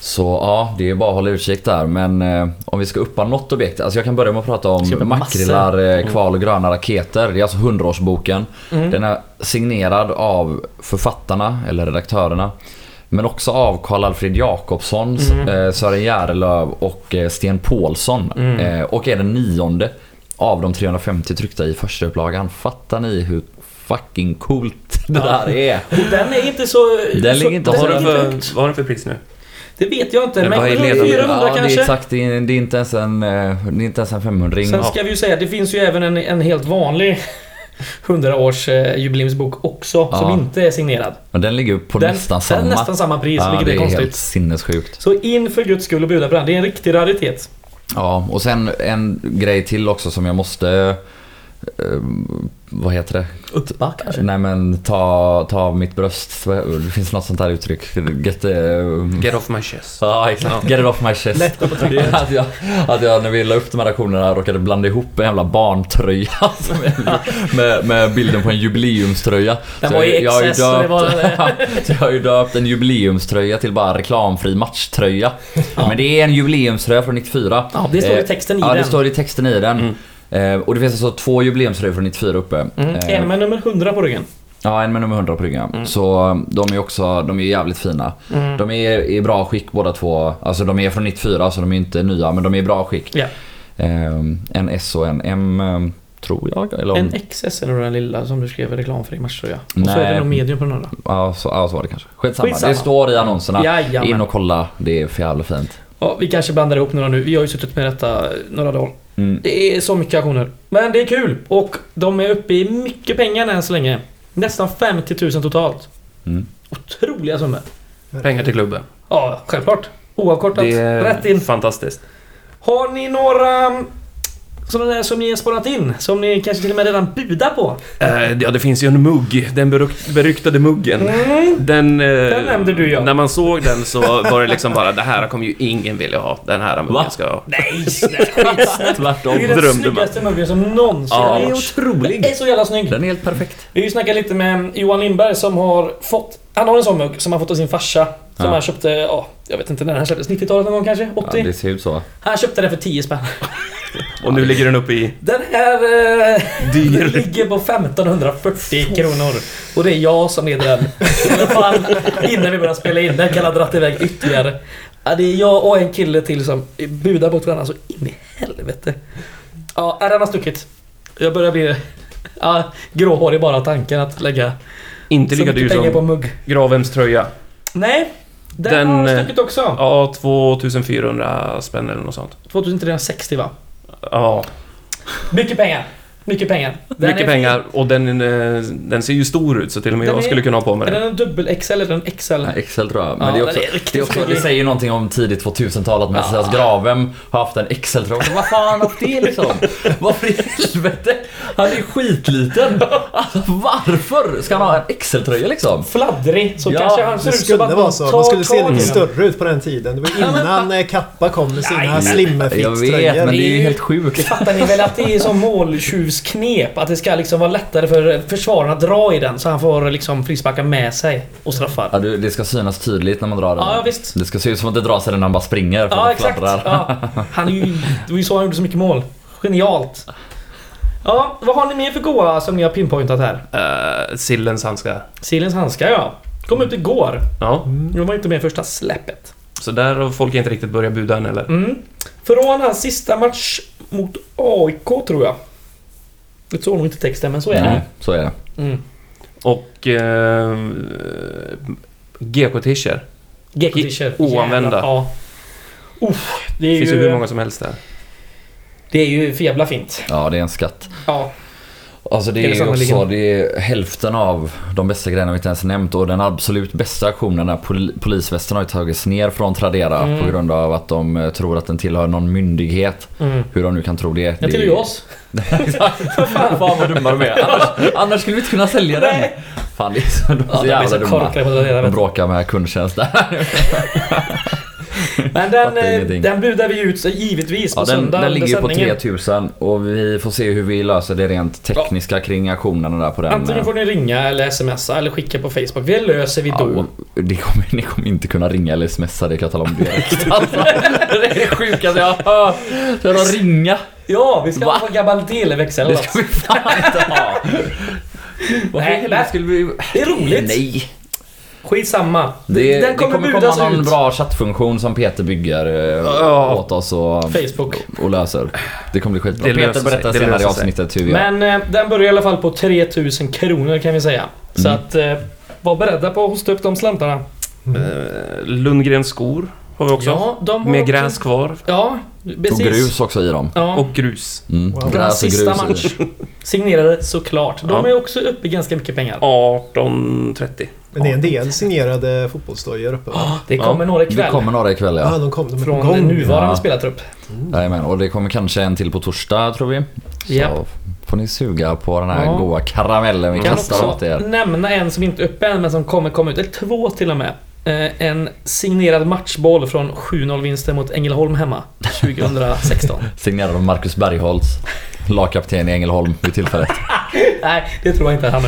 [SPEAKER 4] Så ja, det är bara att hålla utkik där. Men eh, om vi ska uppa något objekt. Alltså jag kan börja med att prata
[SPEAKER 3] Ska vi
[SPEAKER 4] om
[SPEAKER 3] uppa
[SPEAKER 4] makrillar, eh, kval och gröna raketer. Det är alltså 100-årsboken. Den är signerad av författarna, eller redaktörerna. Men också av Karl Alfred Jakobsson, eh, Sören Järlöv och eh, Sten Paulsson. Eh, och är den nionde av de 350 tryckta i första upplagan. Fattar ni hur fucking coolt det där är?
[SPEAKER 3] Och den är inte så...
[SPEAKER 4] Den
[SPEAKER 3] så,
[SPEAKER 4] ligger inte-
[SPEAKER 2] Vad har,
[SPEAKER 4] Det
[SPEAKER 2] du
[SPEAKER 4] är
[SPEAKER 2] för,
[SPEAKER 3] högt.
[SPEAKER 2] vad har du för pris nu?
[SPEAKER 3] Det vet jag inte.
[SPEAKER 2] Men
[SPEAKER 3] Men
[SPEAKER 2] vad är
[SPEAKER 3] 400
[SPEAKER 2] ledande?
[SPEAKER 4] det är
[SPEAKER 3] kanske.
[SPEAKER 4] exakt. Det är, det är inte ens en, eh, det är inte ens en 500-ring.
[SPEAKER 3] Sen ska vi ju säga att det finns ju även en, en helt vanlig 100-års eh, jubileumsbok också.
[SPEAKER 4] Ja.
[SPEAKER 3] Som inte är signerad.
[SPEAKER 4] Men den ligger ju på
[SPEAKER 3] den,
[SPEAKER 4] nästan
[SPEAKER 3] den
[SPEAKER 4] samma.
[SPEAKER 3] är nästan samma pris,
[SPEAKER 4] ja,
[SPEAKER 3] vilket
[SPEAKER 4] det
[SPEAKER 3] är
[SPEAKER 4] är
[SPEAKER 3] konstigt.
[SPEAKER 4] helt sinnessjukt.
[SPEAKER 3] Så in för guds skull och bjuda på den. Det är en riktig raritet.
[SPEAKER 4] Ja, och sen en grej till också som jag måste... eh, vad heter det?
[SPEAKER 3] Uppa kanske?
[SPEAKER 4] Nej men ta, ta av mitt bröst. Det finns något sånt där uttryck. Get, eh,
[SPEAKER 2] Get off my chest.
[SPEAKER 4] Ja, exakt. Get it off my chest. Det är att, jag, att jag när vi la upp de här aktionerna råkade blanda ihop en jävla barntröja som är- med, med bilden på en jubileumströja.
[SPEAKER 3] Den
[SPEAKER 4] Så
[SPEAKER 3] var i
[SPEAKER 4] jag- jag har ju
[SPEAKER 3] excess, så det var-
[SPEAKER 4] så jag har ju döpt en jubileumströja till bara reklamfri matchtröja. Men det är en jubileumströja från 94.
[SPEAKER 3] Ja, det står i
[SPEAKER 4] Eh,
[SPEAKER 3] texten i
[SPEAKER 4] Ja, det
[SPEAKER 3] den.
[SPEAKER 4] står i texten i den. Eh, Och det finns alltså två jubileumströjor från 94 uppe.
[SPEAKER 3] Mm.
[SPEAKER 4] Eh,
[SPEAKER 3] En med nummer 100 på ryggen.
[SPEAKER 4] Ja, en med nummer 100 på ryggen. Så eh, de är också, de är jävligt fina. De är i bra skick båda två. Alltså de är från 94 så de är inte nya men de är i bra skick.
[SPEAKER 3] Ja.
[SPEAKER 4] Ehm, en S och en M ehm, tror jag. Eller om,
[SPEAKER 3] En XS är nog den lilla som du skrev reklamfri matchtröja. Och så
[SPEAKER 4] Nej.
[SPEAKER 3] är det nog medium på den andra.
[SPEAKER 4] ja, så, ja, så var det kanske. Skitsamma.
[SPEAKER 3] Skitsamma.
[SPEAKER 4] Det står i annonserna.
[SPEAKER 3] Jajamän.
[SPEAKER 4] In och kolla. Det är för jävla fint.
[SPEAKER 3] Ja, vi kanske blandar ihop några nu. Vi har ju suttit med detta några dagar.
[SPEAKER 4] Mm.
[SPEAKER 3] Det är så mycket aktioner. Men det är kul! Och de är uppe i mycket pengar än så länge. Nästan 50 000 totalt.
[SPEAKER 4] Mm.
[SPEAKER 3] Otroliga summor.
[SPEAKER 2] Pengar till klubben.
[SPEAKER 3] Ja, självklart. Oavkortat.
[SPEAKER 2] Det
[SPEAKER 3] Rätt
[SPEAKER 2] är
[SPEAKER 3] in.
[SPEAKER 2] fantastiskt.
[SPEAKER 3] Har ni några mm, sådana där som ni har sparat in? Som ni kanske till och med redan budar på?
[SPEAKER 2] Eh, ja, det finns ju en mugg. Den beruk- beryktade muggen. Den, eh,
[SPEAKER 3] Mm. Den nämnde du, ja.
[SPEAKER 2] När man såg den så var det liksom bara det här kommer ju ingen vilja ha. Den här muggen
[SPEAKER 4] Va?
[SPEAKER 2] ska jag ha.
[SPEAKER 3] Nej, skit.
[SPEAKER 4] Tvärtom.
[SPEAKER 3] Det är ju den
[SPEAKER 2] drömde man.
[SPEAKER 3] snyggaste muggen som någonsin
[SPEAKER 2] Ja.
[SPEAKER 3] har
[SPEAKER 2] Den är
[SPEAKER 3] gjorts. Den är så jävla snygg.
[SPEAKER 4] Den är helt perfekt.
[SPEAKER 3] Vi har ju snackat lite med Johan Lindberg som har fått... Han har en sån mugg som han fått av sin farsa. Som
[SPEAKER 4] Ja.
[SPEAKER 3] han köpte, ja, jag vet inte när den släpptes. 90-talet någon gång kanske?
[SPEAKER 4] Ja,
[SPEAKER 3] 80?
[SPEAKER 4] det ser ut så.
[SPEAKER 3] Han köpte den för 10 spänn.
[SPEAKER 2] Och nu ligger den uppe i...
[SPEAKER 3] Den här eh,
[SPEAKER 2] Dyr.
[SPEAKER 3] ligger på 1540 kronor. Och det är jag som leder den. Men Fan, innan vi börjar spela in. Den kan ha dragit iväg ytterligare. Ja, det är jag och en kille till som budar mot varandra så in i helvete. Ja, är den har stuckit. Jag börjar bli ja, gråhårig bara tanken att lägga
[SPEAKER 2] Inte
[SPEAKER 3] så
[SPEAKER 2] lika dyr
[SPEAKER 3] mycket pengar på
[SPEAKER 2] som
[SPEAKER 3] mugg.
[SPEAKER 2] Gravems tröja.
[SPEAKER 3] Nej, den,
[SPEAKER 2] Den,
[SPEAKER 3] har
[SPEAKER 2] eh,
[SPEAKER 3] stuckit också.
[SPEAKER 2] Ja, 2400 spänn eller något sånt.
[SPEAKER 3] 2360 va?
[SPEAKER 2] Ja,
[SPEAKER 3] Mycket pengar. Mycket pengar. Den
[SPEAKER 2] mycket
[SPEAKER 3] är-
[SPEAKER 2] pengar. Och den, eh, den ser ju stor ut så till och med
[SPEAKER 3] Den
[SPEAKER 2] jag
[SPEAKER 3] är-
[SPEAKER 2] skulle kunna ha på mig
[SPEAKER 3] Är den
[SPEAKER 2] den.
[SPEAKER 3] en dubbel XL eller en XL?
[SPEAKER 4] Ja, Excel tror jag. Men
[SPEAKER 3] Ja,
[SPEAKER 4] det, är
[SPEAKER 3] den
[SPEAKER 4] också,
[SPEAKER 3] är riktigt
[SPEAKER 4] det, är också,
[SPEAKER 3] snygg.
[SPEAKER 4] det säger ju någonting om tidigt 2000-tal att man
[SPEAKER 3] Ja.
[SPEAKER 4] säger att Gravem har haft en Excel-tröja. Vad fan har haft det liksom? Varför i helvete? Han är skitliten. Alltså, varför ska han ha en Excel-tröja liksom?
[SPEAKER 3] Fladdrig, så
[SPEAKER 4] Ja,
[SPEAKER 3] kanske han ser
[SPEAKER 1] Det
[SPEAKER 3] ut som
[SPEAKER 1] skulle
[SPEAKER 3] att
[SPEAKER 1] vara
[SPEAKER 3] någon
[SPEAKER 1] så.
[SPEAKER 3] tar
[SPEAKER 1] Man skulle se
[SPEAKER 3] tag i
[SPEAKER 1] lite
[SPEAKER 3] den.
[SPEAKER 1] större ut på den tiden. Det var innan eh, Kappa kom med
[SPEAKER 3] Nej,
[SPEAKER 1] sina
[SPEAKER 3] men-
[SPEAKER 4] Jag vet, men
[SPEAKER 1] slimmerfit-tröjor.
[SPEAKER 4] det är ju helt sjukt.
[SPEAKER 3] Fattar ni väl att det är som uppbyggsknep. Att det ska liksom vara lättare för försvararna att dra i den så han får liksom frisparka med sig och straffar.
[SPEAKER 4] Ja, du, det ska synas tydligt när man drar den.
[SPEAKER 3] Ja, visst.
[SPEAKER 4] Det ska se ut som att det drar sig när man bara springer. För
[SPEAKER 3] Ja,
[SPEAKER 4] att
[SPEAKER 3] exakt.
[SPEAKER 4] fladdrar.
[SPEAKER 3] Ja. Han är ju, det var ju så han gjorde så mycket mål. Genialt. Ja, vad har ni mer för goa som ni har pinpointat här?
[SPEAKER 2] Uh, sillens handskar.
[SPEAKER 3] Silens handskar ja. Kom ut igår.
[SPEAKER 2] Ja,
[SPEAKER 3] De var inte med i första släppet.
[SPEAKER 2] så där har folk inte riktigt börjat buda än eller?
[SPEAKER 3] Mm. Från hans sista match mot AIK tror jag. Det står nog inte i texten men så är
[SPEAKER 4] Nej, så är det.
[SPEAKER 3] det. Mm.
[SPEAKER 2] Och... Uh, GK-t-shirt.
[SPEAKER 3] Gekko-t-shirt.
[SPEAKER 2] Oanvända.
[SPEAKER 3] Jävlar, Ja. Uff, det
[SPEAKER 2] Det
[SPEAKER 3] är
[SPEAKER 2] finns ju hur många
[SPEAKER 3] ju...
[SPEAKER 2] som helst där.
[SPEAKER 3] Det är ju för jävla fint.
[SPEAKER 4] Ja, det är en skatt.
[SPEAKER 3] Ja.
[SPEAKER 4] Alltså det
[SPEAKER 3] Är
[SPEAKER 4] är,
[SPEAKER 3] det
[SPEAKER 4] ju
[SPEAKER 3] sannoliken?
[SPEAKER 4] också det är hälften av de bästa grejerna vi inte ens nämnt och den absolut bästa aktionen är pol polisvästen har ju tagits ner från Tradera
[SPEAKER 3] Mm.
[SPEAKER 4] på grund av att de eh, tror att den tillhör någon myndighet.
[SPEAKER 3] Mm.
[SPEAKER 4] Hur de nu kan tro det.
[SPEAKER 3] Den
[SPEAKER 4] det är
[SPEAKER 3] tillhör ju oss.
[SPEAKER 4] Fan vad dumma de är. Annars, annars skulle vi inte kunna sälja den.
[SPEAKER 3] Nej.
[SPEAKER 4] Fan det är så, de är
[SPEAKER 3] Ja,
[SPEAKER 4] så
[SPEAKER 3] de är
[SPEAKER 4] jävla
[SPEAKER 3] så
[SPEAKER 4] dumma.
[SPEAKER 3] korkade på det där.
[SPEAKER 4] De
[SPEAKER 3] vet du.
[SPEAKER 4] bråkar med kundtjänst där.
[SPEAKER 3] Men den,
[SPEAKER 4] Fattar
[SPEAKER 3] eh,
[SPEAKER 4] ingenting.
[SPEAKER 3] den budar vi ut så givetvis på
[SPEAKER 4] Ja, den,
[SPEAKER 3] söndag
[SPEAKER 4] den
[SPEAKER 3] under
[SPEAKER 4] ligger ju på
[SPEAKER 3] sändningen.
[SPEAKER 4] 3000 och vi får se hur vi löser det rent tekniska kring auktionerna där på den. eh,
[SPEAKER 3] Antingen får ni ringa eller smsa eller skicka på Facebook. Det löser vi
[SPEAKER 4] Ja,
[SPEAKER 3] då.
[SPEAKER 4] och det kommer, ni kommer inte kunna ringa eller smsa, det kan jag tala om direkt. Alltså, det är det sjukaste jag har hört. Ska de ringa?
[SPEAKER 3] Ja, vi ska
[SPEAKER 4] Va?
[SPEAKER 3] ha gammal televäxel.
[SPEAKER 4] Det ska vi fan inte ha. Varför
[SPEAKER 3] Nej,
[SPEAKER 4] i helvete skulle vi...
[SPEAKER 3] Det är roligt.
[SPEAKER 4] Nej.
[SPEAKER 3] Skitsamma.
[SPEAKER 4] Det,
[SPEAKER 3] den kommer,
[SPEAKER 4] det kommer
[SPEAKER 3] budas
[SPEAKER 4] komma någon
[SPEAKER 3] ut.
[SPEAKER 4] bra chattfunktion som Peter bygger eh,
[SPEAKER 2] Ja.
[SPEAKER 4] åt oss och,
[SPEAKER 3] Facebook.
[SPEAKER 4] och löser. Det kommer bli skitbra.
[SPEAKER 2] Det löser
[SPEAKER 4] Peter
[SPEAKER 2] sig,
[SPEAKER 4] berättar
[SPEAKER 2] det
[SPEAKER 4] senare i
[SPEAKER 2] löser sig.
[SPEAKER 4] avsnittet hur vi gör.
[SPEAKER 3] Men eh, den börjar i alla fall på 3000 kronor kan vi säga.
[SPEAKER 4] Mm.
[SPEAKER 3] Så att eh, var beredda på att hosta upp de slantarna.
[SPEAKER 2] Eh, Lundgrens skor har vi också.
[SPEAKER 3] Ja, de har
[SPEAKER 2] Med
[SPEAKER 3] också-
[SPEAKER 2] gräs kvar.
[SPEAKER 3] Ja,
[SPEAKER 4] Och
[SPEAKER 3] precis.
[SPEAKER 4] grus också i dem.
[SPEAKER 3] Ja.
[SPEAKER 2] Och grus.
[SPEAKER 4] Mm.
[SPEAKER 1] Wow.
[SPEAKER 4] Gräs och
[SPEAKER 3] Sista
[SPEAKER 4] grus i.
[SPEAKER 3] match. Signerade såklart. De
[SPEAKER 2] Ja.
[SPEAKER 3] är också uppe i ganska mycket pengar.
[SPEAKER 2] 18.30.
[SPEAKER 1] Men det är en del signerade fotbollsdojor uppe. va?
[SPEAKER 3] Det kommer några
[SPEAKER 4] Det
[SPEAKER 3] ikväll.
[SPEAKER 4] kommer några ikväll
[SPEAKER 1] Ja,
[SPEAKER 4] ja.
[SPEAKER 1] de kom. De är på
[SPEAKER 3] Från
[SPEAKER 1] gång.
[SPEAKER 3] den nuvarande
[SPEAKER 4] Ja.
[SPEAKER 3] spelartrupp.
[SPEAKER 4] Jajamän, och det kommer kanske en till på torsdag tror vi. Så
[SPEAKER 3] Ja.
[SPEAKER 4] får ni suga på den här
[SPEAKER 3] Ja. Mm.
[SPEAKER 4] goa karamellen vi
[SPEAKER 3] Kan
[SPEAKER 4] kastar
[SPEAKER 3] också
[SPEAKER 4] åt er.
[SPEAKER 3] nämna en som inte är uppe än men som kommer komma ut. Eller två till och med. Eh, En signerad matchboll från 7-0 vinsten mot Ängelholm hemma 2016.
[SPEAKER 4] Signerad av Marcus Bergholtz, lagkapten i Ängelholm vid tillfället.
[SPEAKER 3] Nej, det tror jag inte han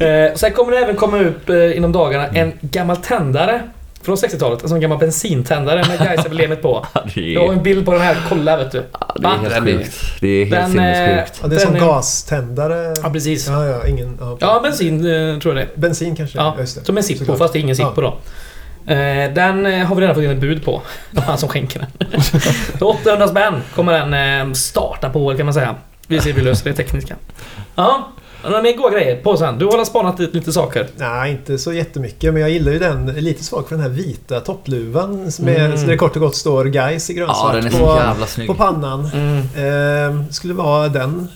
[SPEAKER 3] är. Eh, Sen kommer det även komma upp eh, inom dagarna en gammal tändare från 60-talet. En sån gammal bensintändare med Gais-emblemet på.
[SPEAKER 4] Det
[SPEAKER 3] Jag har
[SPEAKER 4] är,
[SPEAKER 3] en bild på den här, kolla vet du.
[SPEAKER 4] det är
[SPEAKER 3] Va?
[SPEAKER 4] helt
[SPEAKER 2] Den är-
[SPEAKER 4] sjukt. Det är helt
[SPEAKER 3] Den, eh,
[SPEAKER 4] sinnessjukt.
[SPEAKER 1] Ja, det är som
[SPEAKER 3] Den är-
[SPEAKER 1] gaständare.
[SPEAKER 3] Ja precis.
[SPEAKER 1] Ja, ja, ingen... Ja,
[SPEAKER 3] Ja, bensin eh, tror jag det är.
[SPEAKER 1] Bensin kanske?
[SPEAKER 3] Ja,
[SPEAKER 1] just det.
[SPEAKER 3] som en sipp på
[SPEAKER 1] Såklart.
[SPEAKER 3] fast det är ingen sipp på då. Eh, Den eh, har vi redan fått in ett bud på. Det var han som skänker den. För 800 spänn kommer den eh, starta på år kan man säga. Vi ser hur vi löser det tekniska. Ja, några mer goa grejer? Påsen, du har väl spanat ut lite saker?
[SPEAKER 1] Nej, inte så jättemycket. Men jag gillar ju den. är Lite svag för den här vita toppluvan. Med,
[SPEAKER 3] Mm.
[SPEAKER 1] Där det kort och gott står Gais i
[SPEAKER 4] Ja,
[SPEAKER 1] grönsvart
[SPEAKER 4] den är så
[SPEAKER 1] på,
[SPEAKER 4] jävla snygg.
[SPEAKER 1] på pannan.
[SPEAKER 3] Mm.
[SPEAKER 1] Ehm, skulle vara den.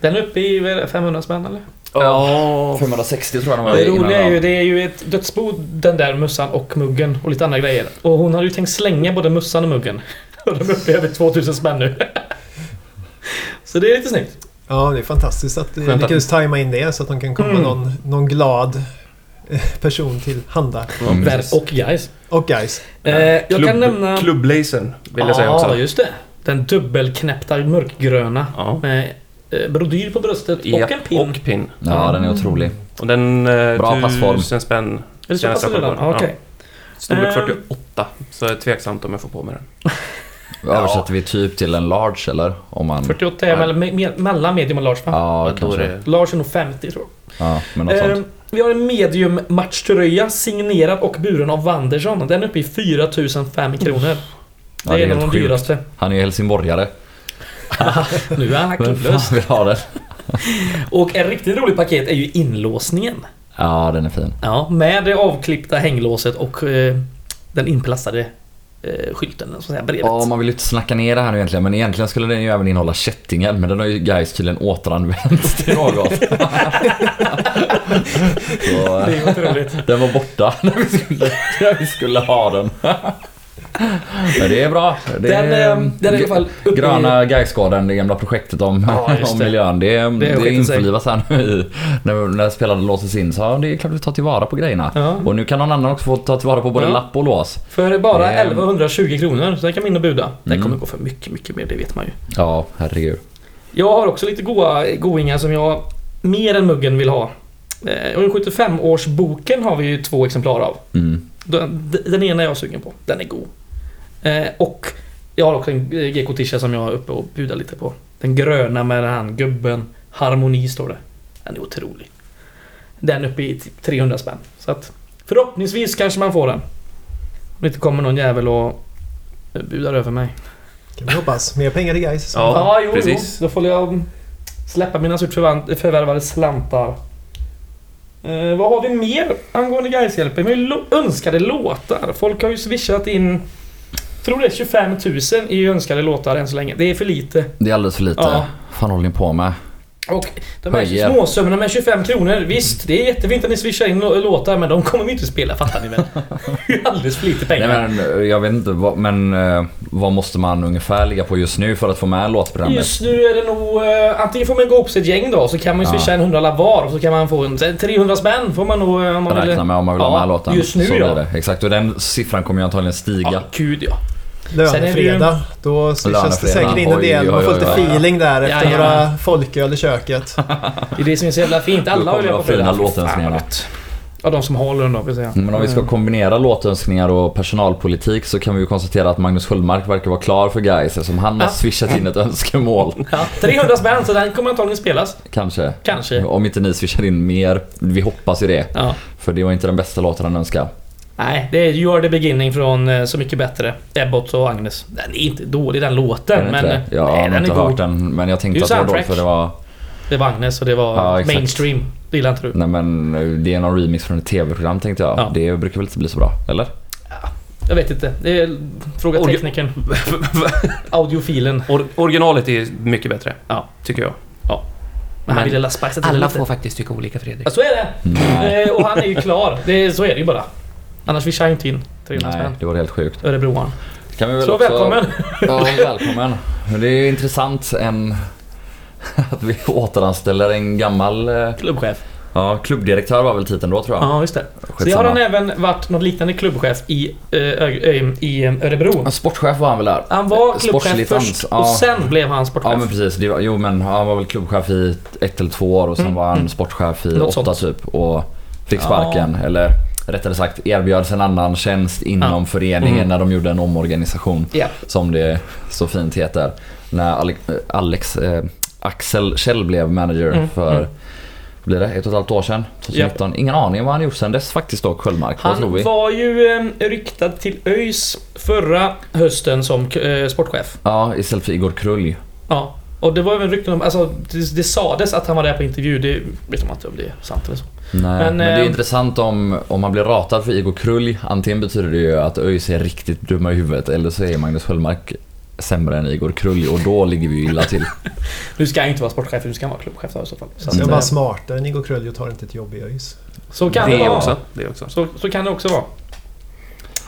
[SPEAKER 3] Den är uppe i vad är det, 500 spänn eller?
[SPEAKER 4] Ja, 560 tror jag den var
[SPEAKER 3] Det
[SPEAKER 4] innan
[SPEAKER 3] roliga är
[SPEAKER 4] den.
[SPEAKER 3] ju, det är ju ett dödsbo den där mussan och muggen och lite andra grejer. Och hon hade ju tänkt slänga både mussan och muggen. Och de är uppe i över 2000 spänn nu. Så det är lite snyggt.
[SPEAKER 1] Ja, det är fantastiskt att du
[SPEAKER 2] Skönt att-
[SPEAKER 1] lyckades tajma in det så att de kan komma
[SPEAKER 3] Mm.
[SPEAKER 1] någon, någon glad eh, person till handa.
[SPEAKER 4] Mm.
[SPEAKER 3] Ver- Och guys.
[SPEAKER 1] Och Gais.
[SPEAKER 3] Eh, jag kan nämna...
[SPEAKER 2] Klubblazern vill jag säga
[SPEAKER 3] ja,
[SPEAKER 2] också.
[SPEAKER 3] just det. Den dubbelknäppta mörkgröna.
[SPEAKER 2] Ja.
[SPEAKER 3] Med eh, brodyr på bröstet
[SPEAKER 2] Ja,
[SPEAKER 3] och en pin.
[SPEAKER 2] Och pin.
[SPEAKER 4] Ja, den är
[SPEAKER 3] Mm.
[SPEAKER 4] otrolig.
[SPEAKER 2] Och den... eh,
[SPEAKER 4] Bra passform.
[SPEAKER 2] Tusen spänn.
[SPEAKER 3] Är det så pass
[SPEAKER 2] Senaste
[SPEAKER 3] redan?
[SPEAKER 2] skörden,
[SPEAKER 3] Ja,
[SPEAKER 2] ja.
[SPEAKER 3] Okej.
[SPEAKER 2] Storlek
[SPEAKER 3] Ehm.
[SPEAKER 2] 48. Så är det tveksamt om jag får på mig den.
[SPEAKER 4] Översätter vi typ till en large eller? Om man...
[SPEAKER 3] 48 är
[SPEAKER 4] Ja.
[SPEAKER 3] väl me- me- mellan medium och large va?
[SPEAKER 4] Ja,
[SPEAKER 2] då är
[SPEAKER 4] kanske.
[SPEAKER 2] det...
[SPEAKER 3] Large är nog 50 tror jag.
[SPEAKER 4] Ja, men något
[SPEAKER 3] Eh,
[SPEAKER 4] sånt.
[SPEAKER 3] Vi har en medium matchtröja signerad och buren av Wanderson. Den är uppe i 4005 kronor.
[SPEAKER 4] Ja,
[SPEAKER 3] det är en av
[SPEAKER 4] helt
[SPEAKER 3] de
[SPEAKER 4] sjukt.
[SPEAKER 3] dyraste.
[SPEAKER 4] Han är ju helsingborgare.
[SPEAKER 3] Nu är han
[SPEAKER 4] Vem
[SPEAKER 3] klubblös.
[SPEAKER 4] fan vill ha den?
[SPEAKER 3] Och en riktigt rolig paket är ju inlåsningen.
[SPEAKER 4] Ja, den är fin.
[SPEAKER 3] Ja, med det avklippta hänglåset och eh, den inplastade eh, skylten, så att säga, brevet.
[SPEAKER 4] Ja, man vill ju inte snacka ner det här nu egentligen, men egentligen skulle den ju även innehålla kättingen, men den har ju guys tydligen återanvänts till något. Så,
[SPEAKER 3] Det är ju otroligt.
[SPEAKER 4] den var borta när vi skulle, när vi skulle ha den. Men det är bra. Det
[SPEAKER 3] Den,
[SPEAKER 4] är, eh,
[SPEAKER 3] ehm, den är i alla fall uppe i-
[SPEAKER 4] Gröna Gaisgården, det gamla projektet om,
[SPEAKER 3] Ja, just
[SPEAKER 4] om
[SPEAKER 3] det.
[SPEAKER 4] miljön. Det, är- det är
[SPEAKER 3] skiten sig.
[SPEAKER 4] införlivat här nu i, när, när spelarna låses in. Så ja, det är klart vi tar tillvara på grejerna.
[SPEAKER 3] Ja.
[SPEAKER 4] Och nu kan någon annan också få ta tillvara på både
[SPEAKER 3] Ja.
[SPEAKER 4] lapp och lås.
[SPEAKER 3] För bara
[SPEAKER 4] Ehm.
[SPEAKER 3] 1120 kronor, så den kan man in och buda. Den
[SPEAKER 4] Mm.
[SPEAKER 3] kommer gå för mycket, mycket mer, det vet man ju.
[SPEAKER 4] Ja, herregud.
[SPEAKER 3] Jag har också lite goa goingar som jag mer än muggen vill ha. Eh, Och 75-årsboken har vi ju två exemplar av.
[SPEAKER 4] Mm.
[SPEAKER 3] Den, den ena är jag sugen på. Den är god. Eh, och jag har också en gk tisha som jag är uppe och bjuder lite på. Den gröna med den här gubben. Harmoni står det. Den är otrolig. Den uppe i typ 300 spänn. Så att förhoppningsvis kanske man får den. Om det inte kommer någon jävel och budar över mig.
[SPEAKER 1] Kan vi hoppas. Mer pengar i guys.
[SPEAKER 2] Ja.
[SPEAKER 3] jo,
[SPEAKER 2] precis.
[SPEAKER 3] jo. Då får jag släppa mina surt förvan- förvärvade slantar. Eh, vad har vi mer angående Gaishjälpen? Vi har ju lo- önskade låtar. Folk har ju swishat in... Tror det är 25 000 i önskade låtar än så länge. Det är för lite.
[SPEAKER 4] Det är alldeles för lite.
[SPEAKER 3] Ja.
[SPEAKER 4] fan håller ni på med?
[SPEAKER 3] Och de här
[SPEAKER 4] Höjer.
[SPEAKER 3] småsummorna med 25 kronor. Visst, det är jättefint att ni swishar in lo- låtar men de kommer vi inte spela fattar ni väl? Det är alldeles för lite pengar.
[SPEAKER 4] Nej, men, eh, jag vet inte, vad, men eh, vad måste man ungefär ligga på just nu för att få med låtprogrammet?
[SPEAKER 3] Just nu är det nog... eh, antingen får man gå ihop sig ett gäng då, så kan man ju
[SPEAKER 4] Ja.
[SPEAKER 3] swisha en hundralapp var och så kan man få en... sen 300 spänn får man nog eh, om man vill...
[SPEAKER 4] Räkna med om man vill ha
[SPEAKER 3] Ja,
[SPEAKER 4] med låten.
[SPEAKER 3] just nu
[SPEAKER 4] så
[SPEAKER 3] ja.
[SPEAKER 4] blir det. Exakt, och den siffran kommer ju antagligen stiga.
[SPEAKER 3] Ja, gud ja.
[SPEAKER 1] Lönefredag. Då swishas det
[SPEAKER 4] Lönefredag.
[SPEAKER 1] säkert in en
[SPEAKER 4] Oj,
[SPEAKER 1] del.
[SPEAKER 4] oj,
[SPEAKER 1] Man får
[SPEAKER 4] oj,
[SPEAKER 1] lite
[SPEAKER 4] oj, oj.
[SPEAKER 1] feeling där efter
[SPEAKER 3] Jajamän.
[SPEAKER 1] några folköl i köket.
[SPEAKER 3] Det är det som är så jävla fint. Alla har ju
[SPEAKER 4] kommer
[SPEAKER 3] det på
[SPEAKER 4] de fina Mm.
[SPEAKER 3] fredag.
[SPEAKER 4] låtönskningarna.
[SPEAKER 3] Fan, vad gött. Ja, de som har lön då, vill säga.
[SPEAKER 4] Men om vi
[SPEAKER 3] Mm.
[SPEAKER 4] ska kombinera låtönskningar och personalpolitik så kan vi ju konstatera att Magnus Sköldmark verkar vara klar för Gais eftersom han har
[SPEAKER 3] Ja.
[SPEAKER 4] swishat in ett önskemål.
[SPEAKER 3] Ja, 300 spänn, så den kommer antagligen spelas.
[SPEAKER 4] Kanske.
[SPEAKER 3] Kanske.
[SPEAKER 4] Om inte ni swishar in mer. Vi hoppas ju det.
[SPEAKER 3] Ja.
[SPEAKER 4] För det var inte den bästa låten han önskade.
[SPEAKER 3] Nej, det är You're the beginning från eh, Så mycket bättre. Ebbot och Agnes. Den är inte dålig den låten,
[SPEAKER 4] Är det
[SPEAKER 3] men... eh,
[SPEAKER 4] inte det? Jag
[SPEAKER 3] nej,
[SPEAKER 4] har inte hört den men jag
[SPEAKER 3] Det är
[SPEAKER 4] tänkte att
[SPEAKER 3] ju
[SPEAKER 4] det var
[SPEAKER 3] soundtrack.
[SPEAKER 4] dåligt för det var...
[SPEAKER 3] Det var Agnes och det var
[SPEAKER 4] Ja, exakt.
[SPEAKER 3] mainstream. Det gillar inte du.
[SPEAKER 4] Nej men eh, det är någon remix från ett tv-program tänkte jag.
[SPEAKER 3] Ja.
[SPEAKER 4] Det brukar väl inte bli så bra? Eller?
[SPEAKER 3] Jag vet inte. Det är... Fråga
[SPEAKER 2] Audio-
[SPEAKER 3] teknikern. Audiofilen.
[SPEAKER 2] Or- originalet är mycket bättre, ja. tycker jag.
[SPEAKER 3] Men han
[SPEAKER 2] Men
[SPEAKER 3] ville la spicea till lite.
[SPEAKER 2] faktiskt tycka olika Fredrik.
[SPEAKER 3] Ja, så är det. Eh, och han är ju klar. Det, så är det ju bara. Annars vill jag inte in 300
[SPEAKER 4] Nej,
[SPEAKER 3] spänn.
[SPEAKER 4] det var helt sjukt.
[SPEAKER 3] Örebroan.
[SPEAKER 4] Kan vi väl
[SPEAKER 3] Så
[SPEAKER 4] också-
[SPEAKER 3] välkommen.
[SPEAKER 4] Ja, välkommen. Men Det är ju intressant en, att vi återanställer en gammal eh,
[SPEAKER 3] Klubbchef.
[SPEAKER 4] ja, klubbdirektör var väl titeln då tror jag.
[SPEAKER 3] Ja, just det. Så det har han även varit något liknande klubbchef i, eh, Ö- Ö- i eh, Örebro.
[SPEAKER 4] Ja, Sportchef var han väl där?
[SPEAKER 3] Han var klubbchef
[SPEAKER 4] Sportsligt
[SPEAKER 3] först
[SPEAKER 4] ans- ja.
[SPEAKER 3] och sen blev han sportchef.
[SPEAKER 4] Ja men precis. Det var, jo men han var väl klubbchef i ett eller två år och sen
[SPEAKER 3] Mm,
[SPEAKER 4] var han
[SPEAKER 3] mm.
[SPEAKER 4] sportchef i
[SPEAKER 3] Något
[SPEAKER 4] åtta typ och fick sparken. Eller rättare sagt erbjöds en annan tjänst inom
[SPEAKER 3] Ja.
[SPEAKER 4] föreningen
[SPEAKER 2] Mm.
[SPEAKER 4] när de gjorde en omorganisation.
[SPEAKER 3] Ja.
[SPEAKER 4] Som det så fint heter. När Alex, Alex eh, Axel Kjell blev manager
[SPEAKER 3] Mm,
[SPEAKER 4] för
[SPEAKER 3] mm.
[SPEAKER 4] vad blir det? Ett och ett halvt år sedan? 2019. Ingen aning vad han gjort sedan dess faktiskt då Sköldmark. Vad tror
[SPEAKER 3] Han
[SPEAKER 4] vi?
[SPEAKER 3] var ju eh, ryktad till ÖIS förra hösten som eh, sportchef.
[SPEAKER 4] Ja, istället för Igor Krull.
[SPEAKER 3] Ja. Och det var även rykten om, alltså det, det sades att han var där på intervju, det vet man inte om det är sant eller så.
[SPEAKER 4] Nej, men, det är
[SPEAKER 3] eh,
[SPEAKER 4] intressant om, om man blir ratad för Igor Krull. Antingen betyder det ju att ÖIS är riktigt dumma i huvudet eller så är Magnus Sköldmark sämre än Igor Krull och då ligger vi ju illa till.
[SPEAKER 3] Nu ska han inte vara sportchef, nu ska han vara klubbchef då i så fall. Så,
[SPEAKER 1] Så jag
[SPEAKER 3] att,
[SPEAKER 1] bara
[SPEAKER 3] eh,
[SPEAKER 1] smartare än Igor Kröljö tar inte ett jobb i ÖIS.
[SPEAKER 3] så kan det,
[SPEAKER 2] Det
[SPEAKER 3] vara.
[SPEAKER 2] också. Det också.
[SPEAKER 3] Så, så kan det också vara.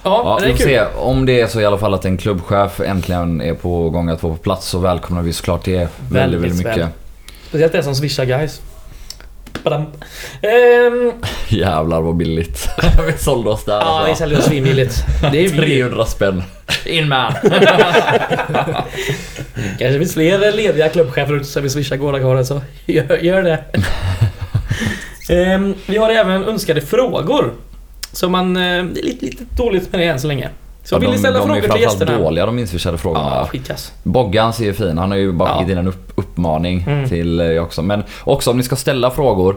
[SPEAKER 3] Ja,
[SPEAKER 4] Ja,
[SPEAKER 3] det
[SPEAKER 4] vi
[SPEAKER 3] är
[SPEAKER 4] får
[SPEAKER 3] kul.
[SPEAKER 4] se. Om det är så i alla fall att en klubbchef äntligen är på gång att vara på plats så välkomnar vi såklart det väldigt, väldigt, mycket.
[SPEAKER 3] väl. Speciellt det som swishar guys. Badam. Ehm,
[SPEAKER 4] Jävlar vad billigt. vi sålde oss där
[SPEAKER 3] ja, vi
[SPEAKER 4] alltså.
[SPEAKER 3] säljer oss svinbilligt. Det är vi.
[SPEAKER 4] 300 spänn.
[SPEAKER 3] In man. Kanske finns fler lediga klubbchefer ute som vill swisha gårdakaren så gör, gör det. Ehm, vi har även önskade frågor. Så man... eh, det är lite, lite dåligt med det än så länge. Så
[SPEAKER 4] Ja,
[SPEAKER 3] vill ni ställa
[SPEAKER 4] de, de
[SPEAKER 3] frågor
[SPEAKER 4] är
[SPEAKER 3] till
[SPEAKER 4] framförallt
[SPEAKER 3] gästerna?
[SPEAKER 4] dåliga de inswishade frågorna.
[SPEAKER 3] Ja, skitkass.
[SPEAKER 4] Boggans är ju fin. Han har ju bara
[SPEAKER 3] Ja.
[SPEAKER 4] skickat in en upp, uppmaning
[SPEAKER 3] Mm.
[SPEAKER 4] till eh, också. Men också om ni ska ställa frågor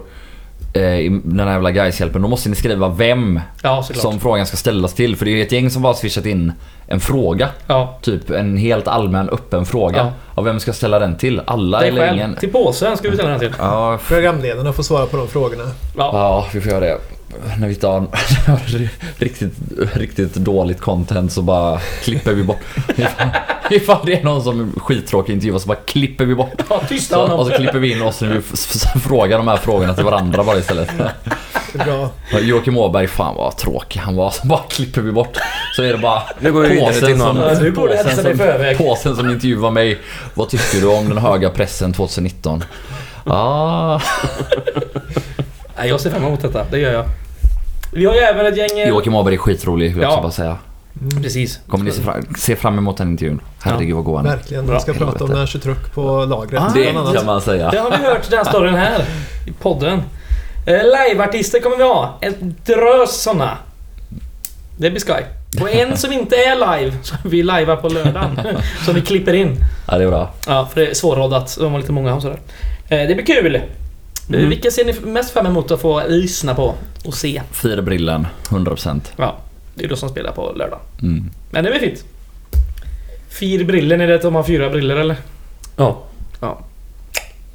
[SPEAKER 4] eh, i den här jävla Gais-hjälpen då måste ni skriva vem
[SPEAKER 3] Ja, såklart.
[SPEAKER 4] som frågan ska ställas till. För det är ju ett gäng som bara swishat in en fråga.
[SPEAKER 3] Ja.
[SPEAKER 4] Typ en helt allmän öppen fråga.
[SPEAKER 3] Ja.
[SPEAKER 4] Ja. vem ska ställa den till? Alla
[SPEAKER 3] Dig
[SPEAKER 4] eller
[SPEAKER 3] själv.
[SPEAKER 4] ingen?
[SPEAKER 3] Till påsen ska vi ställa den till.
[SPEAKER 4] Ja, f-
[SPEAKER 1] Programledarna får svara på de frågorna.
[SPEAKER 3] Ja.
[SPEAKER 4] ja, vi får göra det. När vi inte har när vi har riktigt, riktigt dåligt content så bara klipper vi bort. Ifall, ifall det är någon som är skittråkig intervju så bara klipper vi bort
[SPEAKER 3] ja tysta
[SPEAKER 4] Så, och
[SPEAKER 3] honom.
[SPEAKER 4] så klipper vi in oss när vi f- f- frågar de här frågorna till varandra bara istället.
[SPEAKER 1] Det är bra.
[SPEAKER 4] Joakim Åberg, fan vad tråkig han var. Så bara klipper vi bort. Så är det bara
[SPEAKER 2] Nu går vi vidare till någon.
[SPEAKER 3] Ja, du borde hälsa dig förväg.
[SPEAKER 4] som, påsen som intervjuar mig. Vad tycker du om den höga pressen 2019? Ah,
[SPEAKER 3] Nej, jag ser fram emot detta. Det gör jag. Vi har ju även ett gäng... eh,
[SPEAKER 4] Joakim Åberg är skitrolig vill jag
[SPEAKER 3] Ja.
[SPEAKER 4] också bara säga.
[SPEAKER 3] Precis.
[SPEAKER 4] Kommer ni se fram, se fram emot den intervjun? Herregud vad god han är.
[SPEAKER 1] Verkligen. Vi ska
[SPEAKER 4] Bra.
[SPEAKER 1] prata om när han kör truck på lagret
[SPEAKER 3] Ah.
[SPEAKER 1] bland
[SPEAKER 4] Det kan
[SPEAKER 1] annat.
[SPEAKER 4] man säga.
[SPEAKER 3] Det har vi hört den här storyn här i podden. Eh, Liveartister kommer vi ha. En drös såna. Det blir skoj. Och en som inte är live, som vi livear på lördagen. Som vi klipper in.
[SPEAKER 4] Ja, det är bra.
[SPEAKER 3] Ja, för det är svårroddat. De var lite många och sådär. Eh, Det blir kul. Eh, Vilka ser ni mest fram emot att få lyssna på och se?
[SPEAKER 4] Fira brillen, 100%.
[SPEAKER 3] Ja, det är de som spelar på lördag.
[SPEAKER 4] Mm.
[SPEAKER 3] Men det blir fint. Fyr brillen, är det att de har fyra briller eller?
[SPEAKER 2] Ja.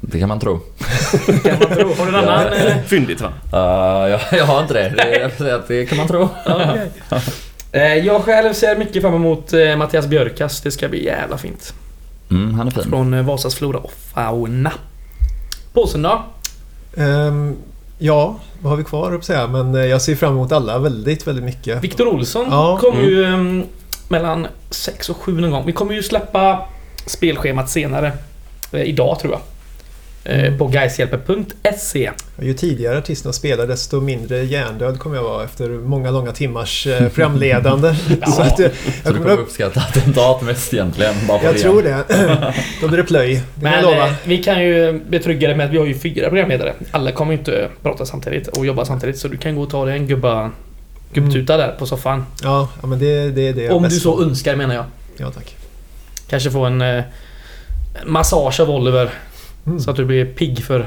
[SPEAKER 4] Det kan man tro.
[SPEAKER 3] Kan man tro. Har du en annan? eh,
[SPEAKER 2] Fyndigt va?
[SPEAKER 4] Uh, jag, jag har inte det. det jag får säga att det kan man tro.
[SPEAKER 3] Eh, Jag själv ser mycket fram emot eh, Mattias Björkas. Det ska bli jävla fint.
[SPEAKER 4] Mm, han är fin.
[SPEAKER 3] Från eh, Vasas flora och fauna. Påsen då?
[SPEAKER 1] Ehm, ja, vad har vi kvar att säga? Men eh, jag ser fram emot alla väldigt, väldigt mycket.
[SPEAKER 3] Viktor Olsson
[SPEAKER 1] Ja. mm.
[SPEAKER 3] kom ju eh, mellan 6 och 7 någon gång. Vi kommer ju släppa spelschemat senare. Eh, Idag tror jag.
[SPEAKER 1] Mm.
[SPEAKER 3] Eh, På guyshjälper.se.
[SPEAKER 1] Ju tidigare artisterna spelar desto mindre hjärndöd kommer jag vara efter många långa timmars eh, programledande. Så att, eh,
[SPEAKER 4] Så du
[SPEAKER 1] jag, kommer
[SPEAKER 4] kommer
[SPEAKER 1] upp,
[SPEAKER 4] uppskatta attentat mest egentligen. Bara
[SPEAKER 1] jag tror det. Då blir det plöj. Det kan jag
[SPEAKER 3] Men
[SPEAKER 1] lova.
[SPEAKER 3] eh, vi kan ju betrygga dig med att vi har ju fyra programledare. Alla kommer ju inte prata samtidigt och jobba samtidigt. Så du kan gå och ta dig en gubba, gubbtuta där på soffan.
[SPEAKER 1] Ja, ja, men det, det är Mm. det jag
[SPEAKER 3] Om
[SPEAKER 1] är
[SPEAKER 3] du
[SPEAKER 1] bäst
[SPEAKER 3] så
[SPEAKER 1] på.
[SPEAKER 3] önskar menar jag.
[SPEAKER 1] Ja, tack.
[SPEAKER 3] Kanske få en eh, massage av Oliver
[SPEAKER 1] Mm.
[SPEAKER 3] så att du blir pigg för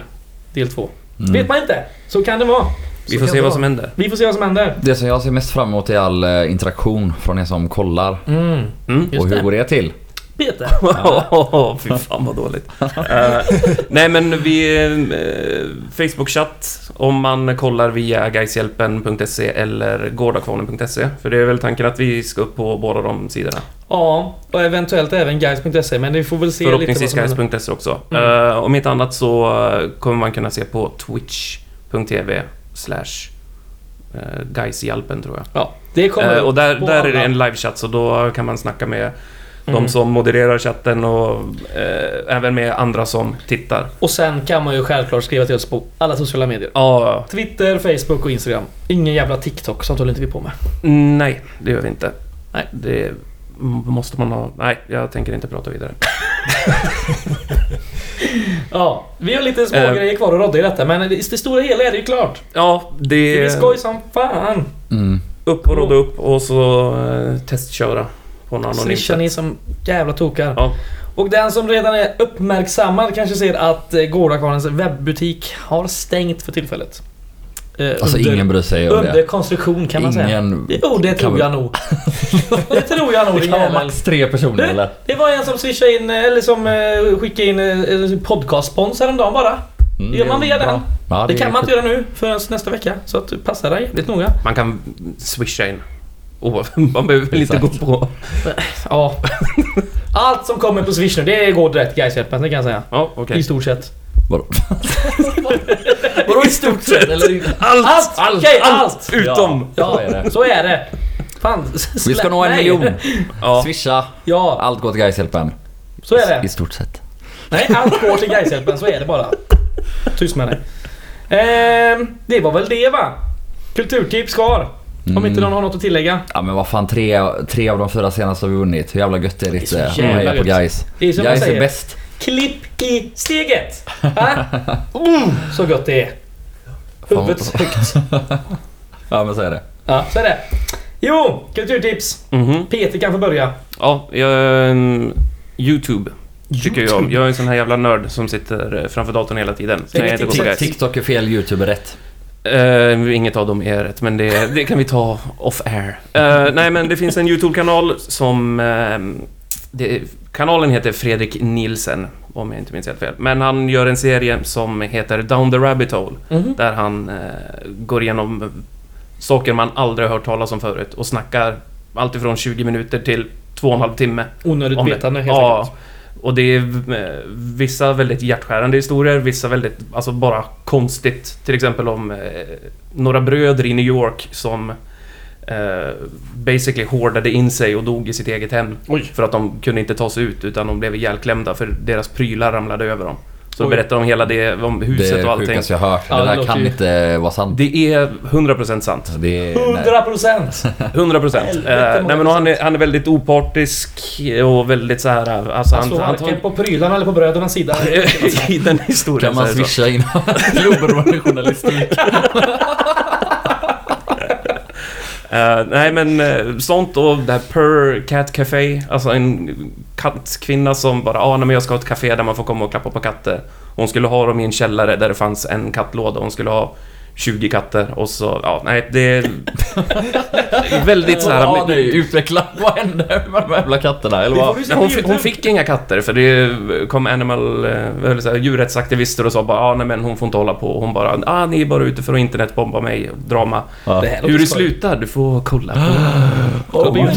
[SPEAKER 3] del två.
[SPEAKER 4] Mm.
[SPEAKER 3] Vet man inte. Så kan det vara.
[SPEAKER 2] Vi
[SPEAKER 1] Så
[SPEAKER 2] får
[SPEAKER 1] kan
[SPEAKER 2] se
[SPEAKER 1] det
[SPEAKER 2] vad
[SPEAKER 1] vara.
[SPEAKER 2] som händer.
[SPEAKER 3] Vi får se vad som händer.
[SPEAKER 4] Det som jag ser mest fram emot är all eh, interaktion från er som kollar.
[SPEAKER 3] Mm,
[SPEAKER 2] Mm.
[SPEAKER 4] och
[SPEAKER 3] just
[SPEAKER 4] hur
[SPEAKER 3] det.
[SPEAKER 4] går det till?
[SPEAKER 3] Peter.
[SPEAKER 2] Fy fan vad dåligt. Eh, nej men vi... eh, Facebook-chatt om man kollar via guyshjälpen.se eller gårdakvarnen.se. För det är väl tanken att vi ska upp på båda de sidorna.
[SPEAKER 3] Ja, och eventuellt även guys.se men vi får väl se lite vad
[SPEAKER 2] Förhoppningsvis
[SPEAKER 3] som händer.
[SPEAKER 2] guys.se också.
[SPEAKER 3] Mm.
[SPEAKER 2] Eh, om inte annat så eh, kommer man kunna se på twitch.tv slash eh, guyshjälpen tror jag.
[SPEAKER 3] Ja, det kommer
[SPEAKER 2] Eh, och där,
[SPEAKER 3] på
[SPEAKER 2] där är det
[SPEAKER 3] alla.
[SPEAKER 2] en livechatt så då kan man snacka med
[SPEAKER 3] Mm.
[SPEAKER 2] de som modererar chatten och eh, även med andra som tittar.
[SPEAKER 3] Och sen kan man ju självklart skriva till oss på alla sociala medier.
[SPEAKER 2] Ja,
[SPEAKER 3] Twitter, Facebook och Instagram. Ingen jävla TikTok, sånt håller inte vi på med.
[SPEAKER 2] nej, det gör vi inte.
[SPEAKER 3] Nej.
[SPEAKER 2] Det m- måste man ha. Nej, jag tänker inte prata vidare.
[SPEAKER 3] Ja, vi har lite små
[SPEAKER 2] Eh.
[SPEAKER 3] grejer kvar att rodda i detta men i det stora hela är det ju klart.
[SPEAKER 2] Ja,
[SPEAKER 3] Det
[SPEAKER 2] det
[SPEAKER 3] blir
[SPEAKER 2] är
[SPEAKER 3] skoj som fan.
[SPEAKER 4] Mm.
[SPEAKER 2] upp och rodda upp och så eh, testköra på någon anonym
[SPEAKER 3] Swishar ni som jävla tokar.
[SPEAKER 2] Ja.
[SPEAKER 3] Och den som redan är uppmärksammad kanske ser att eh, Gårdakvarnens webbutik har stängt för tillfället. Eh,
[SPEAKER 4] Alltså
[SPEAKER 3] under,
[SPEAKER 4] ingen bryr sig om
[SPEAKER 3] under
[SPEAKER 4] det.
[SPEAKER 3] konstruktion kan man säga.
[SPEAKER 4] Ingen...
[SPEAKER 3] Jo, det tror
[SPEAKER 4] vi-
[SPEAKER 3] jag nog. Det tror jag nog
[SPEAKER 4] Det
[SPEAKER 3] din
[SPEAKER 4] kan vara
[SPEAKER 3] jävel.
[SPEAKER 4] max tre personer
[SPEAKER 3] Du?
[SPEAKER 4] eller?
[SPEAKER 3] Det var en som swishade in, eh, eller som eh, skickade in eh, eh, podcastspons häromdagen bara.
[SPEAKER 4] Mm,
[SPEAKER 3] Gör man
[SPEAKER 4] det
[SPEAKER 3] via
[SPEAKER 4] är bra.
[SPEAKER 3] den?
[SPEAKER 4] Ja,
[SPEAKER 3] Det
[SPEAKER 4] är
[SPEAKER 3] kan man inte
[SPEAKER 4] skit-
[SPEAKER 3] göra nu förrän nästa vecka. Så att passa dig jävligt noga.
[SPEAKER 2] Man kan swisha in. Och man behöver väl inte gå
[SPEAKER 4] Exakt.
[SPEAKER 2] på...
[SPEAKER 3] Ja. Allt som kommer på swish nu, det går direkt till Gaishjälpen, det kan jag säga.
[SPEAKER 2] Ja, okej.
[SPEAKER 3] I stort sett.
[SPEAKER 4] Vadå? Vadå i stort sett? Eller...
[SPEAKER 2] Allt!
[SPEAKER 3] Allt! Okej, allt!
[SPEAKER 2] Utom!
[SPEAKER 4] Ja,
[SPEAKER 3] Ja,
[SPEAKER 4] så är det.
[SPEAKER 3] så är det. Fan, s-
[SPEAKER 4] Vi ska
[SPEAKER 3] släpp
[SPEAKER 4] nå en
[SPEAKER 3] mig.
[SPEAKER 4] miljon.
[SPEAKER 2] Ja.
[SPEAKER 4] Swisha.
[SPEAKER 3] Ja,
[SPEAKER 4] Allt går till Gaishjälpen.
[SPEAKER 3] så är det.
[SPEAKER 4] I stort sett.
[SPEAKER 3] Nej, allt går till Gaishjälpen, så är det bara. Tyst med dig. Ehm, det var väl det va? Kulturtips kvar. Om inte någon har något att tillägga.
[SPEAKER 4] Ja men vad fan, tre, tre av de fyra senaste har vi vunnit. Hur jävla gött är det
[SPEAKER 3] så
[SPEAKER 4] inte? att
[SPEAKER 3] jävla
[SPEAKER 4] heja på
[SPEAKER 3] gött.
[SPEAKER 4] Gais.
[SPEAKER 3] Det är som man
[SPEAKER 4] Gais är
[SPEAKER 3] säger.
[SPEAKER 4] bäst.
[SPEAKER 3] Klipp i steget! Ha? Mm, så gött det är.
[SPEAKER 4] vad-
[SPEAKER 3] Huvudet högt.
[SPEAKER 4] Ja men så är det.
[SPEAKER 3] Ja, så är det. Jo, kulturtips.
[SPEAKER 2] Mhm.
[SPEAKER 3] Peter kan få börja.
[SPEAKER 2] Ja, jag, ehm, Youtube. Tycker jag om. Jag är en sån här jävla nörd som sitter eh, fframför datorn hela
[SPEAKER 3] Är
[SPEAKER 2] tiden. Nej,
[SPEAKER 3] det
[SPEAKER 2] jag inte går på
[SPEAKER 4] Tik-
[SPEAKER 2] guys.
[SPEAKER 4] TikTok är fel, YouTube är rätt.
[SPEAKER 2] Eh, inget av dem är rätt, men det, det kan vi ta off air. Eh, nej, men det finns en YouTube-kanal som... ehm, det, kanalen heter Fredrik Nielsen, om jag inte minns helt fel. Men han gör en serie som heter Down the Rabbit Hole.
[SPEAKER 3] Mhm.
[SPEAKER 2] Där han eh, går igenom saker man aldrig har hört talas om förut och snackar allt ifrån 20 minuter till två och en halv timme.
[SPEAKER 3] Onödigt
[SPEAKER 2] Om det.
[SPEAKER 3] betande helt
[SPEAKER 2] Ja,
[SPEAKER 3] enkelt.
[SPEAKER 2] och det är eh, vissa väldigt hjärtskärande historier, vissa väldigt, alltså bara konstigt. Till exempel om eh, några bröder i New York som eh, basically hårdade in sig och dog i sitt eget hem.
[SPEAKER 3] Oj.
[SPEAKER 2] För att de kunde inte ta sig ut utan de blev ihjälklämda för deras prylar ramlade över dem. Så Så
[SPEAKER 3] Oj.
[SPEAKER 2] berättar de hela det, om
[SPEAKER 4] Det
[SPEAKER 2] huset
[SPEAKER 4] är
[SPEAKER 2] och
[SPEAKER 4] det
[SPEAKER 2] allting.
[SPEAKER 4] sjukaste jag har hört.
[SPEAKER 3] Ja,
[SPEAKER 4] det
[SPEAKER 3] det
[SPEAKER 4] där
[SPEAKER 3] låter
[SPEAKER 4] kan
[SPEAKER 3] ju-
[SPEAKER 4] inte vara sant. Alltså,
[SPEAKER 2] Det är 100% sant.
[SPEAKER 4] Det är...
[SPEAKER 3] 100%!
[SPEAKER 4] nej.
[SPEAKER 2] 100 procent. Eh,
[SPEAKER 3] Helvete,
[SPEAKER 2] nej men och han, är, han är väldigt opartisk och väldigt så här... Alltså
[SPEAKER 3] Han
[SPEAKER 2] han,
[SPEAKER 3] slår
[SPEAKER 2] han
[SPEAKER 3] varken på
[SPEAKER 2] tar...
[SPEAKER 3] prylarna eller på brödernas sida.
[SPEAKER 2] I den
[SPEAKER 4] Kan
[SPEAKER 2] historien
[SPEAKER 4] man
[SPEAKER 2] så är det så.
[SPEAKER 4] swisha in till oberoende journalistik?
[SPEAKER 2] Eh, nej men eh, sånt och det här Per Cat Café. Alltså en kattkvinna som bara ah, nej, men jag ska ha ett café där man får komma och klappa på katter. Hon skulle ha dem i en källare där det fanns en kattlåda. Hon skulle ha 20 katter och så, ja nej det är väldigt så här...
[SPEAKER 4] Ja, nu, utveckla. Vad hände med de jävla katterna? Eller
[SPEAKER 3] Det får
[SPEAKER 4] vad?
[SPEAKER 3] du se
[SPEAKER 2] Nej,
[SPEAKER 3] på
[SPEAKER 2] hon, fick,
[SPEAKER 3] YouTube.
[SPEAKER 2] hon fick inga katter för det kom animal, eh, eller så här, djurrättsaktivister och sa bara ah, nej men hon får inte hålla på. Hon bara ah, ni är bara ute för att internetbomba mig. Drama.
[SPEAKER 4] Ja.
[SPEAKER 3] Det här låter
[SPEAKER 2] Hur det
[SPEAKER 3] skoj.
[SPEAKER 2] slutar, du får kolla på.
[SPEAKER 3] Oh my
[SPEAKER 2] my
[SPEAKER 3] god!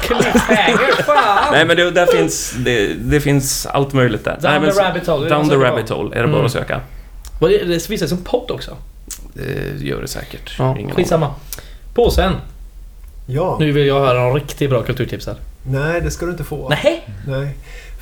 [SPEAKER 3] Cliffhanger! Fan!
[SPEAKER 2] nej men det, där finns, det, det finns allt möjligt där.
[SPEAKER 3] Down
[SPEAKER 2] nej, men,
[SPEAKER 3] the rabbit hole. det är
[SPEAKER 2] down
[SPEAKER 3] vad
[SPEAKER 2] the
[SPEAKER 3] jag
[SPEAKER 2] rabbit hole är det bara
[SPEAKER 3] Mm.
[SPEAKER 2] att söka.
[SPEAKER 3] söker på. Vad är Det det finns det som podd också.
[SPEAKER 2] Det gör det säkert.
[SPEAKER 3] Ja,
[SPEAKER 2] Ingen aning.
[SPEAKER 3] skitsamma. Påsen.
[SPEAKER 1] Ja.
[SPEAKER 3] Nu vill jag höra några riktigt bra kulturtips här.
[SPEAKER 1] Nej, det ska du inte få.
[SPEAKER 3] Nej.
[SPEAKER 1] Nej.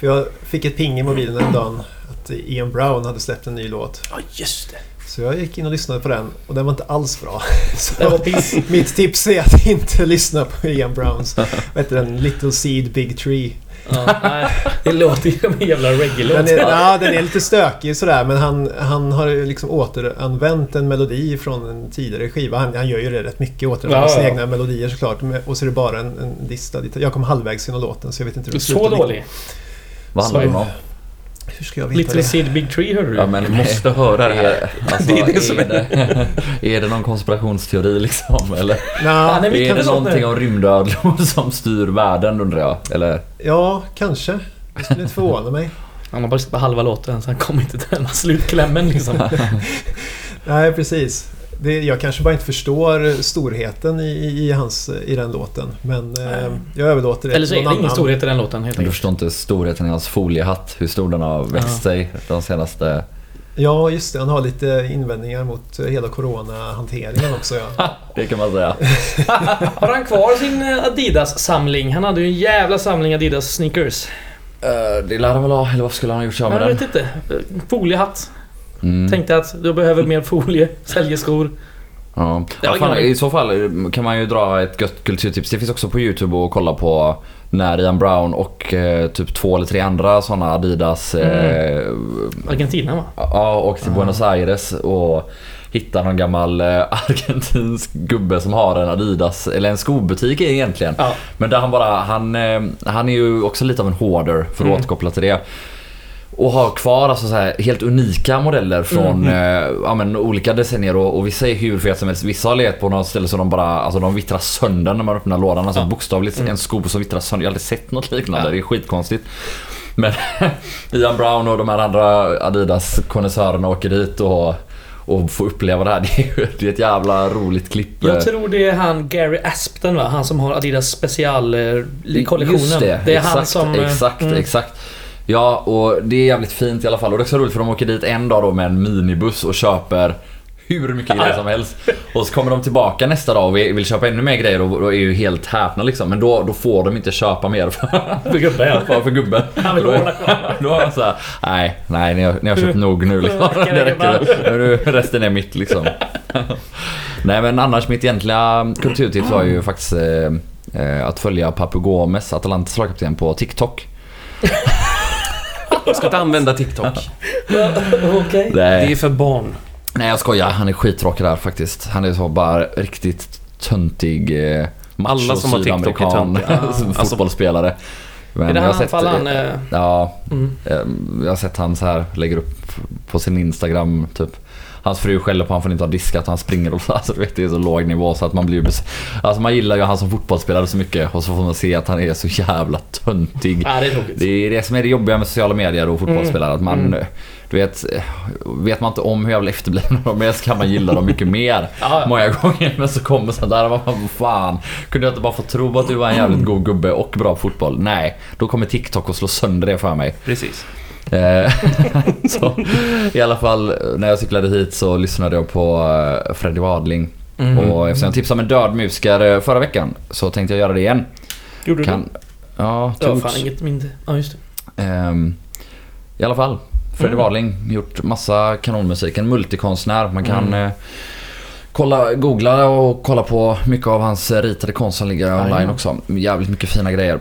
[SPEAKER 1] För jag fick ett ping i mobilen en dag att Ian Brown hade släppt en ny låt.
[SPEAKER 3] Ja, just det.
[SPEAKER 1] Så jag gick in och lyssnade på den och den var inte alls bra.
[SPEAKER 3] Det var
[SPEAKER 1] Så
[SPEAKER 3] piss.
[SPEAKER 1] mitt tips är att inte lyssna på Ian Browns. Vad heter den? Little Seed Big Tree.
[SPEAKER 3] Ja, nej. Det låter ju som en jävla
[SPEAKER 1] Den
[SPEAKER 3] reggae-låt.
[SPEAKER 1] är, ja, den är lite stökig sådär men han, han har ju liksom återanvänt en melodi från en tidigare skiva. Han, han gör ju det rätt mycket, återanvänder
[SPEAKER 3] Ja, ja,
[SPEAKER 1] sina
[SPEAKER 3] ja.
[SPEAKER 1] egna melodier såklart. Men- Och så är det bara en, en dista. dit. Jag kom halvvägs genom låten så jag vet inte hur den
[SPEAKER 3] Så
[SPEAKER 1] slutar.
[SPEAKER 3] dålig.
[SPEAKER 4] Vad handlar det om?
[SPEAKER 1] Hur ska jag veta
[SPEAKER 3] Little
[SPEAKER 1] det?
[SPEAKER 3] Sid Big Tree hörde du
[SPEAKER 4] Ja, men
[SPEAKER 2] Du måste höra det här.
[SPEAKER 4] Alltså,
[SPEAKER 2] Det är
[SPEAKER 4] är
[SPEAKER 2] det
[SPEAKER 4] det,
[SPEAKER 2] som
[SPEAKER 4] är, det, någon konspirationsteori liksom? Eller
[SPEAKER 1] Nå,
[SPEAKER 3] Fan, det är mycket
[SPEAKER 4] är det
[SPEAKER 3] sånt nu.
[SPEAKER 4] någonting om rymdödlor som styr världen undrar jag? Eller?
[SPEAKER 1] Ja, kanske. Det skulle inte förvåna mig.
[SPEAKER 3] Han har bara lyssnat på halva låten så han kommer inte till den här slutklämmen liksom.
[SPEAKER 1] Nej, precis. Det, jag kanske bara inte förstår storheten i, i, i hans, i den låten. Men eh, jag överlåter det
[SPEAKER 3] Eller så är
[SPEAKER 1] till någon
[SPEAKER 3] det ingen
[SPEAKER 1] annan.
[SPEAKER 3] storhet i den låten helt
[SPEAKER 4] Du
[SPEAKER 3] enkelt.
[SPEAKER 4] förstår inte storheten i hans foliehatt, hur stor den har växt
[SPEAKER 3] Ja.
[SPEAKER 4] sig de senaste...
[SPEAKER 1] Ja, just det. Han har lite invändningar mot hela coronahanteringen också. Ja.
[SPEAKER 4] Det kan man säga.
[SPEAKER 3] Har han kvar sin eh, Adidas-samling? Han hade ju en jävla samling Adidas-sneakers.
[SPEAKER 4] Eh, det lär han väl ha, eller varför skulle han ha gjort sig av med
[SPEAKER 3] Jag
[SPEAKER 4] den?
[SPEAKER 3] vet inte. Eh, Foliehatt.
[SPEAKER 4] Mm.
[SPEAKER 3] Tänkte att jag behöver mer folie, säljer skor.
[SPEAKER 4] Ja.
[SPEAKER 3] Det
[SPEAKER 4] Ja,
[SPEAKER 3] var
[SPEAKER 4] fan,
[SPEAKER 3] ingen-
[SPEAKER 4] I så fall eh, kan man ju dra ett gött kulturtips. Det finns också på YouTube och kolla på när Ian Brown och eh, typ två eller tre andra sådana Adidas
[SPEAKER 3] Mm.
[SPEAKER 4] eh,
[SPEAKER 3] Argentina va?
[SPEAKER 4] Ja, och till Buenos Aires och hitta någon gammal eh, argentinsk gubbe som har en Adidas, eller en skobutik egentligen.
[SPEAKER 3] Ja.
[SPEAKER 4] Men där han bara, han, eh, han är ju också lite av en hoarder för att
[SPEAKER 3] Mm.
[SPEAKER 4] återkoppla till det. Och har kvar alltså så här, helt unika modeller
[SPEAKER 3] Mm.
[SPEAKER 4] från eh, ja, men, olika decennier och, och vissa är hur feta som helst. Vissa har legat på något ställe så de bara alltså, de vittrar sönder när man öppnar lådan. Alltså bokstavligt
[SPEAKER 3] Mm.
[SPEAKER 4] en sko som vittrar sönder. Jag har aldrig sett något liknande. Det är skitkonstigt. Men Ian Brown och de här andra Adidas-konnässörerna åker dit och, och får uppleva det här. Det är, ju- det är ett jävla roligt klipp.
[SPEAKER 3] Jag tror det är han Gary Aspden va? Han som har Adidas specialkollektionen.
[SPEAKER 4] Just det,
[SPEAKER 3] det är
[SPEAKER 4] exakt,
[SPEAKER 3] han som... eh,
[SPEAKER 4] Exakt, exakt. Ja, och det är jävligt fint i alla fall. Och det är också roligt för de åker dit en dag då med en minibuss och köper hur mycket grejer som helst. Och så kommer de tillbaka nästa dag och vill vill köpa ännu mer grejer och då är ju helt häpna liksom. Men då, då får de inte köpa mer för,
[SPEAKER 3] För gubben ja.
[SPEAKER 4] för, för gubben.
[SPEAKER 3] Han vill
[SPEAKER 4] Då är-
[SPEAKER 3] hålla kvar.
[SPEAKER 4] Då var jag såhär, nej, nej ni har, ni har köpt nog nu liksom.
[SPEAKER 3] Räcker det,
[SPEAKER 4] Det räcker nu. Nu- Resten är mitt liksom. Nej men annars mitt egentliga kulturtips var ju faktiskt eh, eh, att följa Papu Gomes, Atalantas lagkapten på TikTok.
[SPEAKER 2] Jag ska inte använda TikTok.
[SPEAKER 3] Okej.
[SPEAKER 2] Det är
[SPEAKER 4] Nej,
[SPEAKER 2] för barn.
[SPEAKER 4] nej jag skojar, han är skittråkig där faktiskt. Han är så bara riktigt töntig eh, macho
[SPEAKER 2] Alla som har TikTok är
[SPEAKER 4] sydamerikan
[SPEAKER 2] töntiga.
[SPEAKER 4] som
[SPEAKER 2] Alltså-
[SPEAKER 4] fotbollsspelare. Men
[SPEAKER 3] Är det
[SPEAKER 4] jag har
[SPEAKER 3] han fall han... eh,
[SPEAKER 4] Ja,
[SPEAKER 3] Mm.
[SPEAKER 4] eh, jag har sett han så här lägger upp på sin Instagram typ. Hans fru skäller på han för att inte ha diskat och han springer och alltså, du vet, det är så låg nivå så att man blir bes- Alltså man gillar ju han som fotbollsspelare så mycket och så får man se att han är så jävla töntig.
[SPEAKER 3] Ja, det är tråkigt.
[SPEAKER 4] Det är det som är det jobbiga med sociala medier och fotbollsspelare. Att man, du vet, eh, vet man inte om hur jävla efterblivna de är så kan man gilla dem mycket mer.
[SPEAKER 3] Ja.
[SPEAKER 4] Många gånger. Men så kommer sånt där och man bara, "Vad fan. Kunde jag inte bara få tro att du var en jävligt god gubbe och bra på fotboll? Nej, då kommer TikTok och slå sönder det för mig.
[SPEAKER 2] Precis.
[SPEAKER 4] Eh, så, I alla fall när jag cyklade hit så lyssnade jag på eh, Freddie Wadling.
[SPEAKER 2] Mm.
[SPEAKER 4] Och eftersom jag tipsade om en död musiker eh, förra veckan så tänkte jag göra det igen.
[SPEAKER 3] Gjorde du
[SPEAKER 4] Kan, ja,
[SPEAKER 3] Mm. det? Ja,
[SPEAKER 4] togs.
[SPEAKER 3] fan inget mindre. Ja, just det.
[SPEAKER 4] Ehm, I alla fall. Freddie
[SPEAKER 3] Mm.
[SPEAKER 4] Waling, gjort massa kanonmusik. En multikonstnär. Man kan
[SPEAKER 3] Mm.
[SPEAKER 4] eh, kolla, googla och kolla på mycket av hans eh, ritade konst som ligger online
[SPEAKER 2] Jajamän.
[SPEAKER 4] också. Jävligt mycket fina grejer.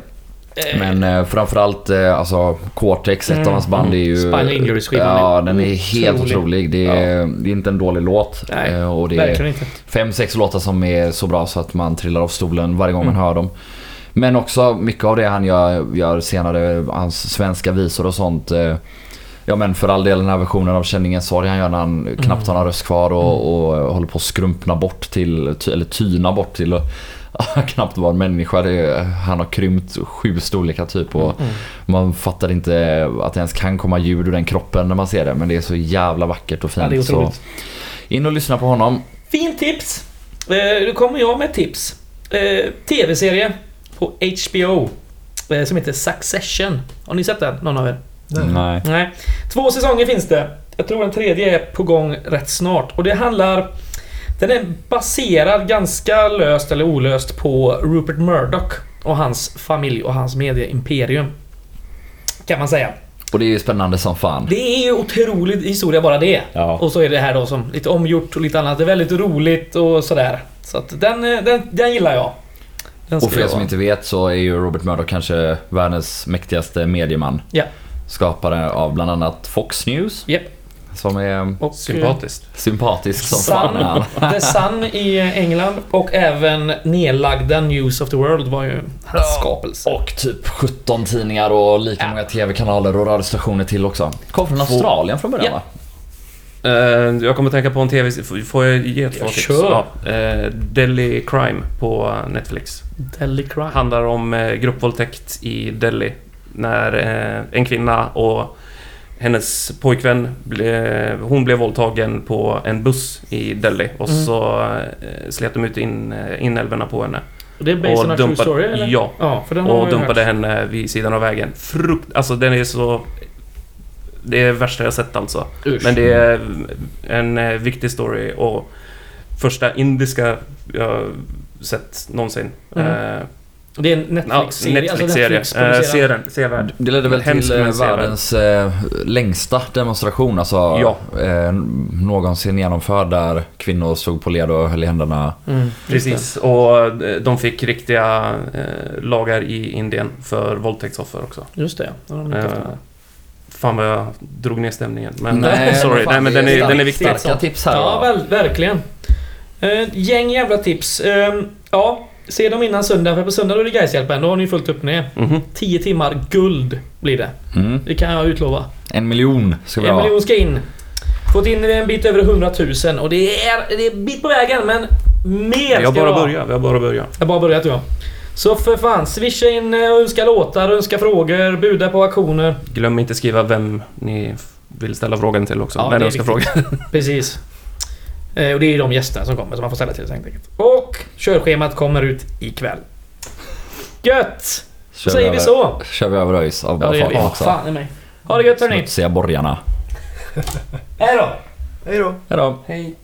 [SPEAKER 3] Eh,
[SPEAKER 4] Men eh, framförallt eh, alltså Cortex, ett
[SPEAKER 2] Mm,
[SPEAKER 4] av hans band
[SPEAKER 2] mm.
[SPEAKER 4] är ju...
[SPEAKER 3] Spinal Injury-skivan är
[SPEAKER 4] Ja, den är helt
[SPEAKER 3] otrolig.
[SPEAKER 4] otrolig. Det, är, det är inte en dålig låt.
[SPEAKER 3] Nej,
[SPEAKER 4] Eh, och det är
[SPEAKER 3] Verkligen inte.
[SPEAKER 4] fem, sex låtar som är så bra så att man trillar av stolen varje gång
[SPEAKER 2] Mm.
[SPEAKER 4] man hör dem. Men också mycket av det han gör, gör senare, hans svenska visor och sånt. eh, Ja men för all del den här versionen av Känn ingen sorg han gör när han
[SPEAKER 3] Mm.
[SPEAKER 4] knappt har någon röst kvar och, och håller på att skrumpna bort till, ty, eller tyna bort till att knappt vara en människa. Det är, han har krympt sju storlekar typ och
[SPEAKER 3] Mm.
[SPEAKER 4] man fattar inte att det ens kan komma ljud ur den kroppen när man ser det. Men det är så jävla vackert och
[SPEAKER 3] Ja, det är
[SPEAKER 4] fint. så
[SPEAKER 3] otroligt.
[SPEAKER 4] in och lyssna på honom.
[SPEAKER 3] Fint tips! Eh, nu kommer jag med ett tips. Eh, TV-serie på HBO. Eh, som heter Succession. Har ni sett den? Någon av er?
[SPEAKER 1] Nej.
[SPEAKER 4] Nej.
[SPEAKER 3] Nej. Två säsonger finns det. Jag tror den tredje är på gång rätt snart. Och det handlar... Den är baserad ganska löst eller olöst på Rupert Murdoch och hans familj och hans medieimperium. Kan man säga.
[SPEAKER 4] Och det är ju spännande som fan.
[SPEAKER 3] Det är ju otrolig historia bara det.
[SPEAKER 4] Ja.
[SPEAKER 3] Och så är det här då som lite omgjort och lite annat. Det är väldigt roligt och sådär. Så att den, eh, den, den gillar jag. Den
[SPEAKER 4] Och
[SPEAKER 3] ska
[SPEAKER 4] för er
[SPEAKER 3] jag
[SPEAKER 4] som
[SPEAKER 3] ha.
[SPEAKER 4] inte vet så är ju Robert Murdoch kanske världens mäktigaste medieman.
[SPEAKER 3] Ja.
[SPEAKER 4] Skapare av bland annat Fox News.
[SPEAKER 3] Japp.
[SPEAKER 4] Som är
[SPEAKER 3] Och, eh,
[SPEAKER 2] Sympatiskt.
[SPEAKER 4] sympatisk som
[SPEAKER 3] Sun,
[SPEAKER 4] fan.
[SPEAKER 3] The Sun i England och även nedlagda News of the World var ju hans skapelse.
[SPEAKER 4] Och typ 17 tidningar och lika
[SPEAKER 3] Ja.
[SPEAKER 4] många TV-kanaler och radiostationer till också. Kom från Australien från början
[SPEAKER 3] Ja.
[SPEAKER 4] va?
[SPEAKER 2] Eh, jag kommer att tänka på en TV... f- Får jag ge två
[SPEAKER 3] Ja,
[SPEAKER 2] tips?
[SPEAKER 3] kör.
[SPEAKER 2] Ja, eh, Delhi Crime på Netflix.
[SPEAKER 3] Delhi Crime.
[SPEAKER 2] handlar om eh, gruppvåldtäkt i Delhi. När eh, en kvinna och hennes pojkvän, ble, eh, hon blev våldtagen på en buss i Delhi och
[SPEAKER 3] Mm.
[SPEAKER 2] så eh, slet de ut in, eh, inälvorna på henne.
[SPEAKER 3] Det är based
[SPEAKER 2] och
[SPEAKER 3] on a true
[SPEAKER 2] dumpade-
[SPEAKER 3] story eller?
[SPEAKER 2] ja.
[SPEAKER 3] ja för den har man
[SPEAKER 2] och
[SPEAKER 3] ju
[SPEAKER 2] dumpade
[SPEAKER 3] hört.
[SPEAKER 2] henne vid sidan av vägen. Frukt... Alltså den är så... Det är det värsta jag sett alltså.
[SPEAKER 3] Usch.
[SPEAKER 2] Men det är en eh, viktig story och första indiska jag sett någonsin.
[SPEAKER 3] Mm.
[SPEAKER 2] Eh,
[SPEAKER 3] Det är en Netflix-serie.
[SPEAKER 2] Netflix-serie.
[SPEAKER 3] Alltså
[SPEAKER 2] Eh,
[SPEAKER 3] Netflix Mm.
[SPEAKER 2] se den, sevärd.
[SPEAKER 4] Det ledde väl
[SPEAKER 2] Hemskt,
[SPEAKER 4] till eh,
[SPEAKER 2] men sevärd.
[SPEAKER 4] världens eh, längsta demonstration, alltså
[SPEAKER 2] Ja.
[SPEAKER 4] eh, någonsin genomförd där kvinnor stod på led och höll i händerna.
[SPEAKER 3] mm, precis.
[SPEAKER 2] Precis, och eh, de fick riktiga eh, lagar i Indien för våldtäktsoffer också.
[SPEAKER 3] Just det, ja. Den har de inte
[SPEAKER 2] Eh,
[SPEAKER 3] haft.
[SPEAKER 2] fan vad jag drog ner stämningen. Men eh,
[SPEAKER 4] Nej,
[SPEAKER 2] sorry,
[SPEAKER 4] fan,
[SPEAKER 2] nej, men
[SPEAKER 4] det
[SPEAKER 2] den är,
[SPEAKER 4] stark-
[SPEAKER 2] den är viktig.
[SPEAKER 3] starkt.
[SPEAKER 4] Starka tips här
[SPEAKER 3] Ja,
[SPEAKER 4] va?
[SPEAKER 3] väl, verkligen. Eh, gäng jävla tips. Eh, ja, se dem innan söndag, för på söndag då är det Gaishjälpen. Då har ni fullt upp med.
[SPEAKER 2] Mhm.
[SPEAKER 3] 10 timmar guld blir det.
[SPEAKER 4] Mm.
[SPEAKER 3] Det kan jag utlova.
[SPEAKER 4] En miljon ska vi
[SPEAKER 3] En
[SPEAKER 4] ha.
[SPEAKER 3] miljon ska in. Fått in en bit över 100 000 och det är, det är en bit på vägen men mer
[SPEAKER 2] Vi
[SPEAKER 3] ska
[SPEAKER 2] har
[SPEAKER 3] det
[SPEAKER 2] bara
[SPEAKER 3] vara.
[SPEAKER 2] börjat, vi har bara börjat.
[SPEAKER 3] Jag har bara börjat ja. Så för fan, swisha in eh, och önska låtar, önska frågor, buda på auktioner.
[SPEAKER 2] Glöm inte skriva vem ni f- vill ställa frågan till också.
[SPEAKER 3] Ja,
[SPEAKER 2] när
[SPEAKER 3] det är
[SPEAKER 2] du ska fråga.
[SPEAKER 3] viktigt. Precis. Eh, Och det är ju de gästerna som kommer som man får ställa till sig helt enkelt. Och körschemat kommer ut ikväll. Gött!
[SPEAKER 4] Kör
[SPEAKER 3] Då säger
[SPEAKER 4] över-
[SPEAKER 3] vi så.
[SPEAKER 4] Kör vi över ÖIS av
[SPEAKER 3] Ja, det
[SPEAKER 4] bara
[SPEAKER 3] gör vi.
[SPEAKER 4] farten också.
[SPEAKER 3] Fan i mig. Ha det gött hörni.
[SPEAKER 4] Smutsiga borgarna.
[SPEAKER 3] Hej då!
[SPEAKER 1] Hej då!
[SPEAKER 4] Hejdå.
[SPEAKER 2] Hej.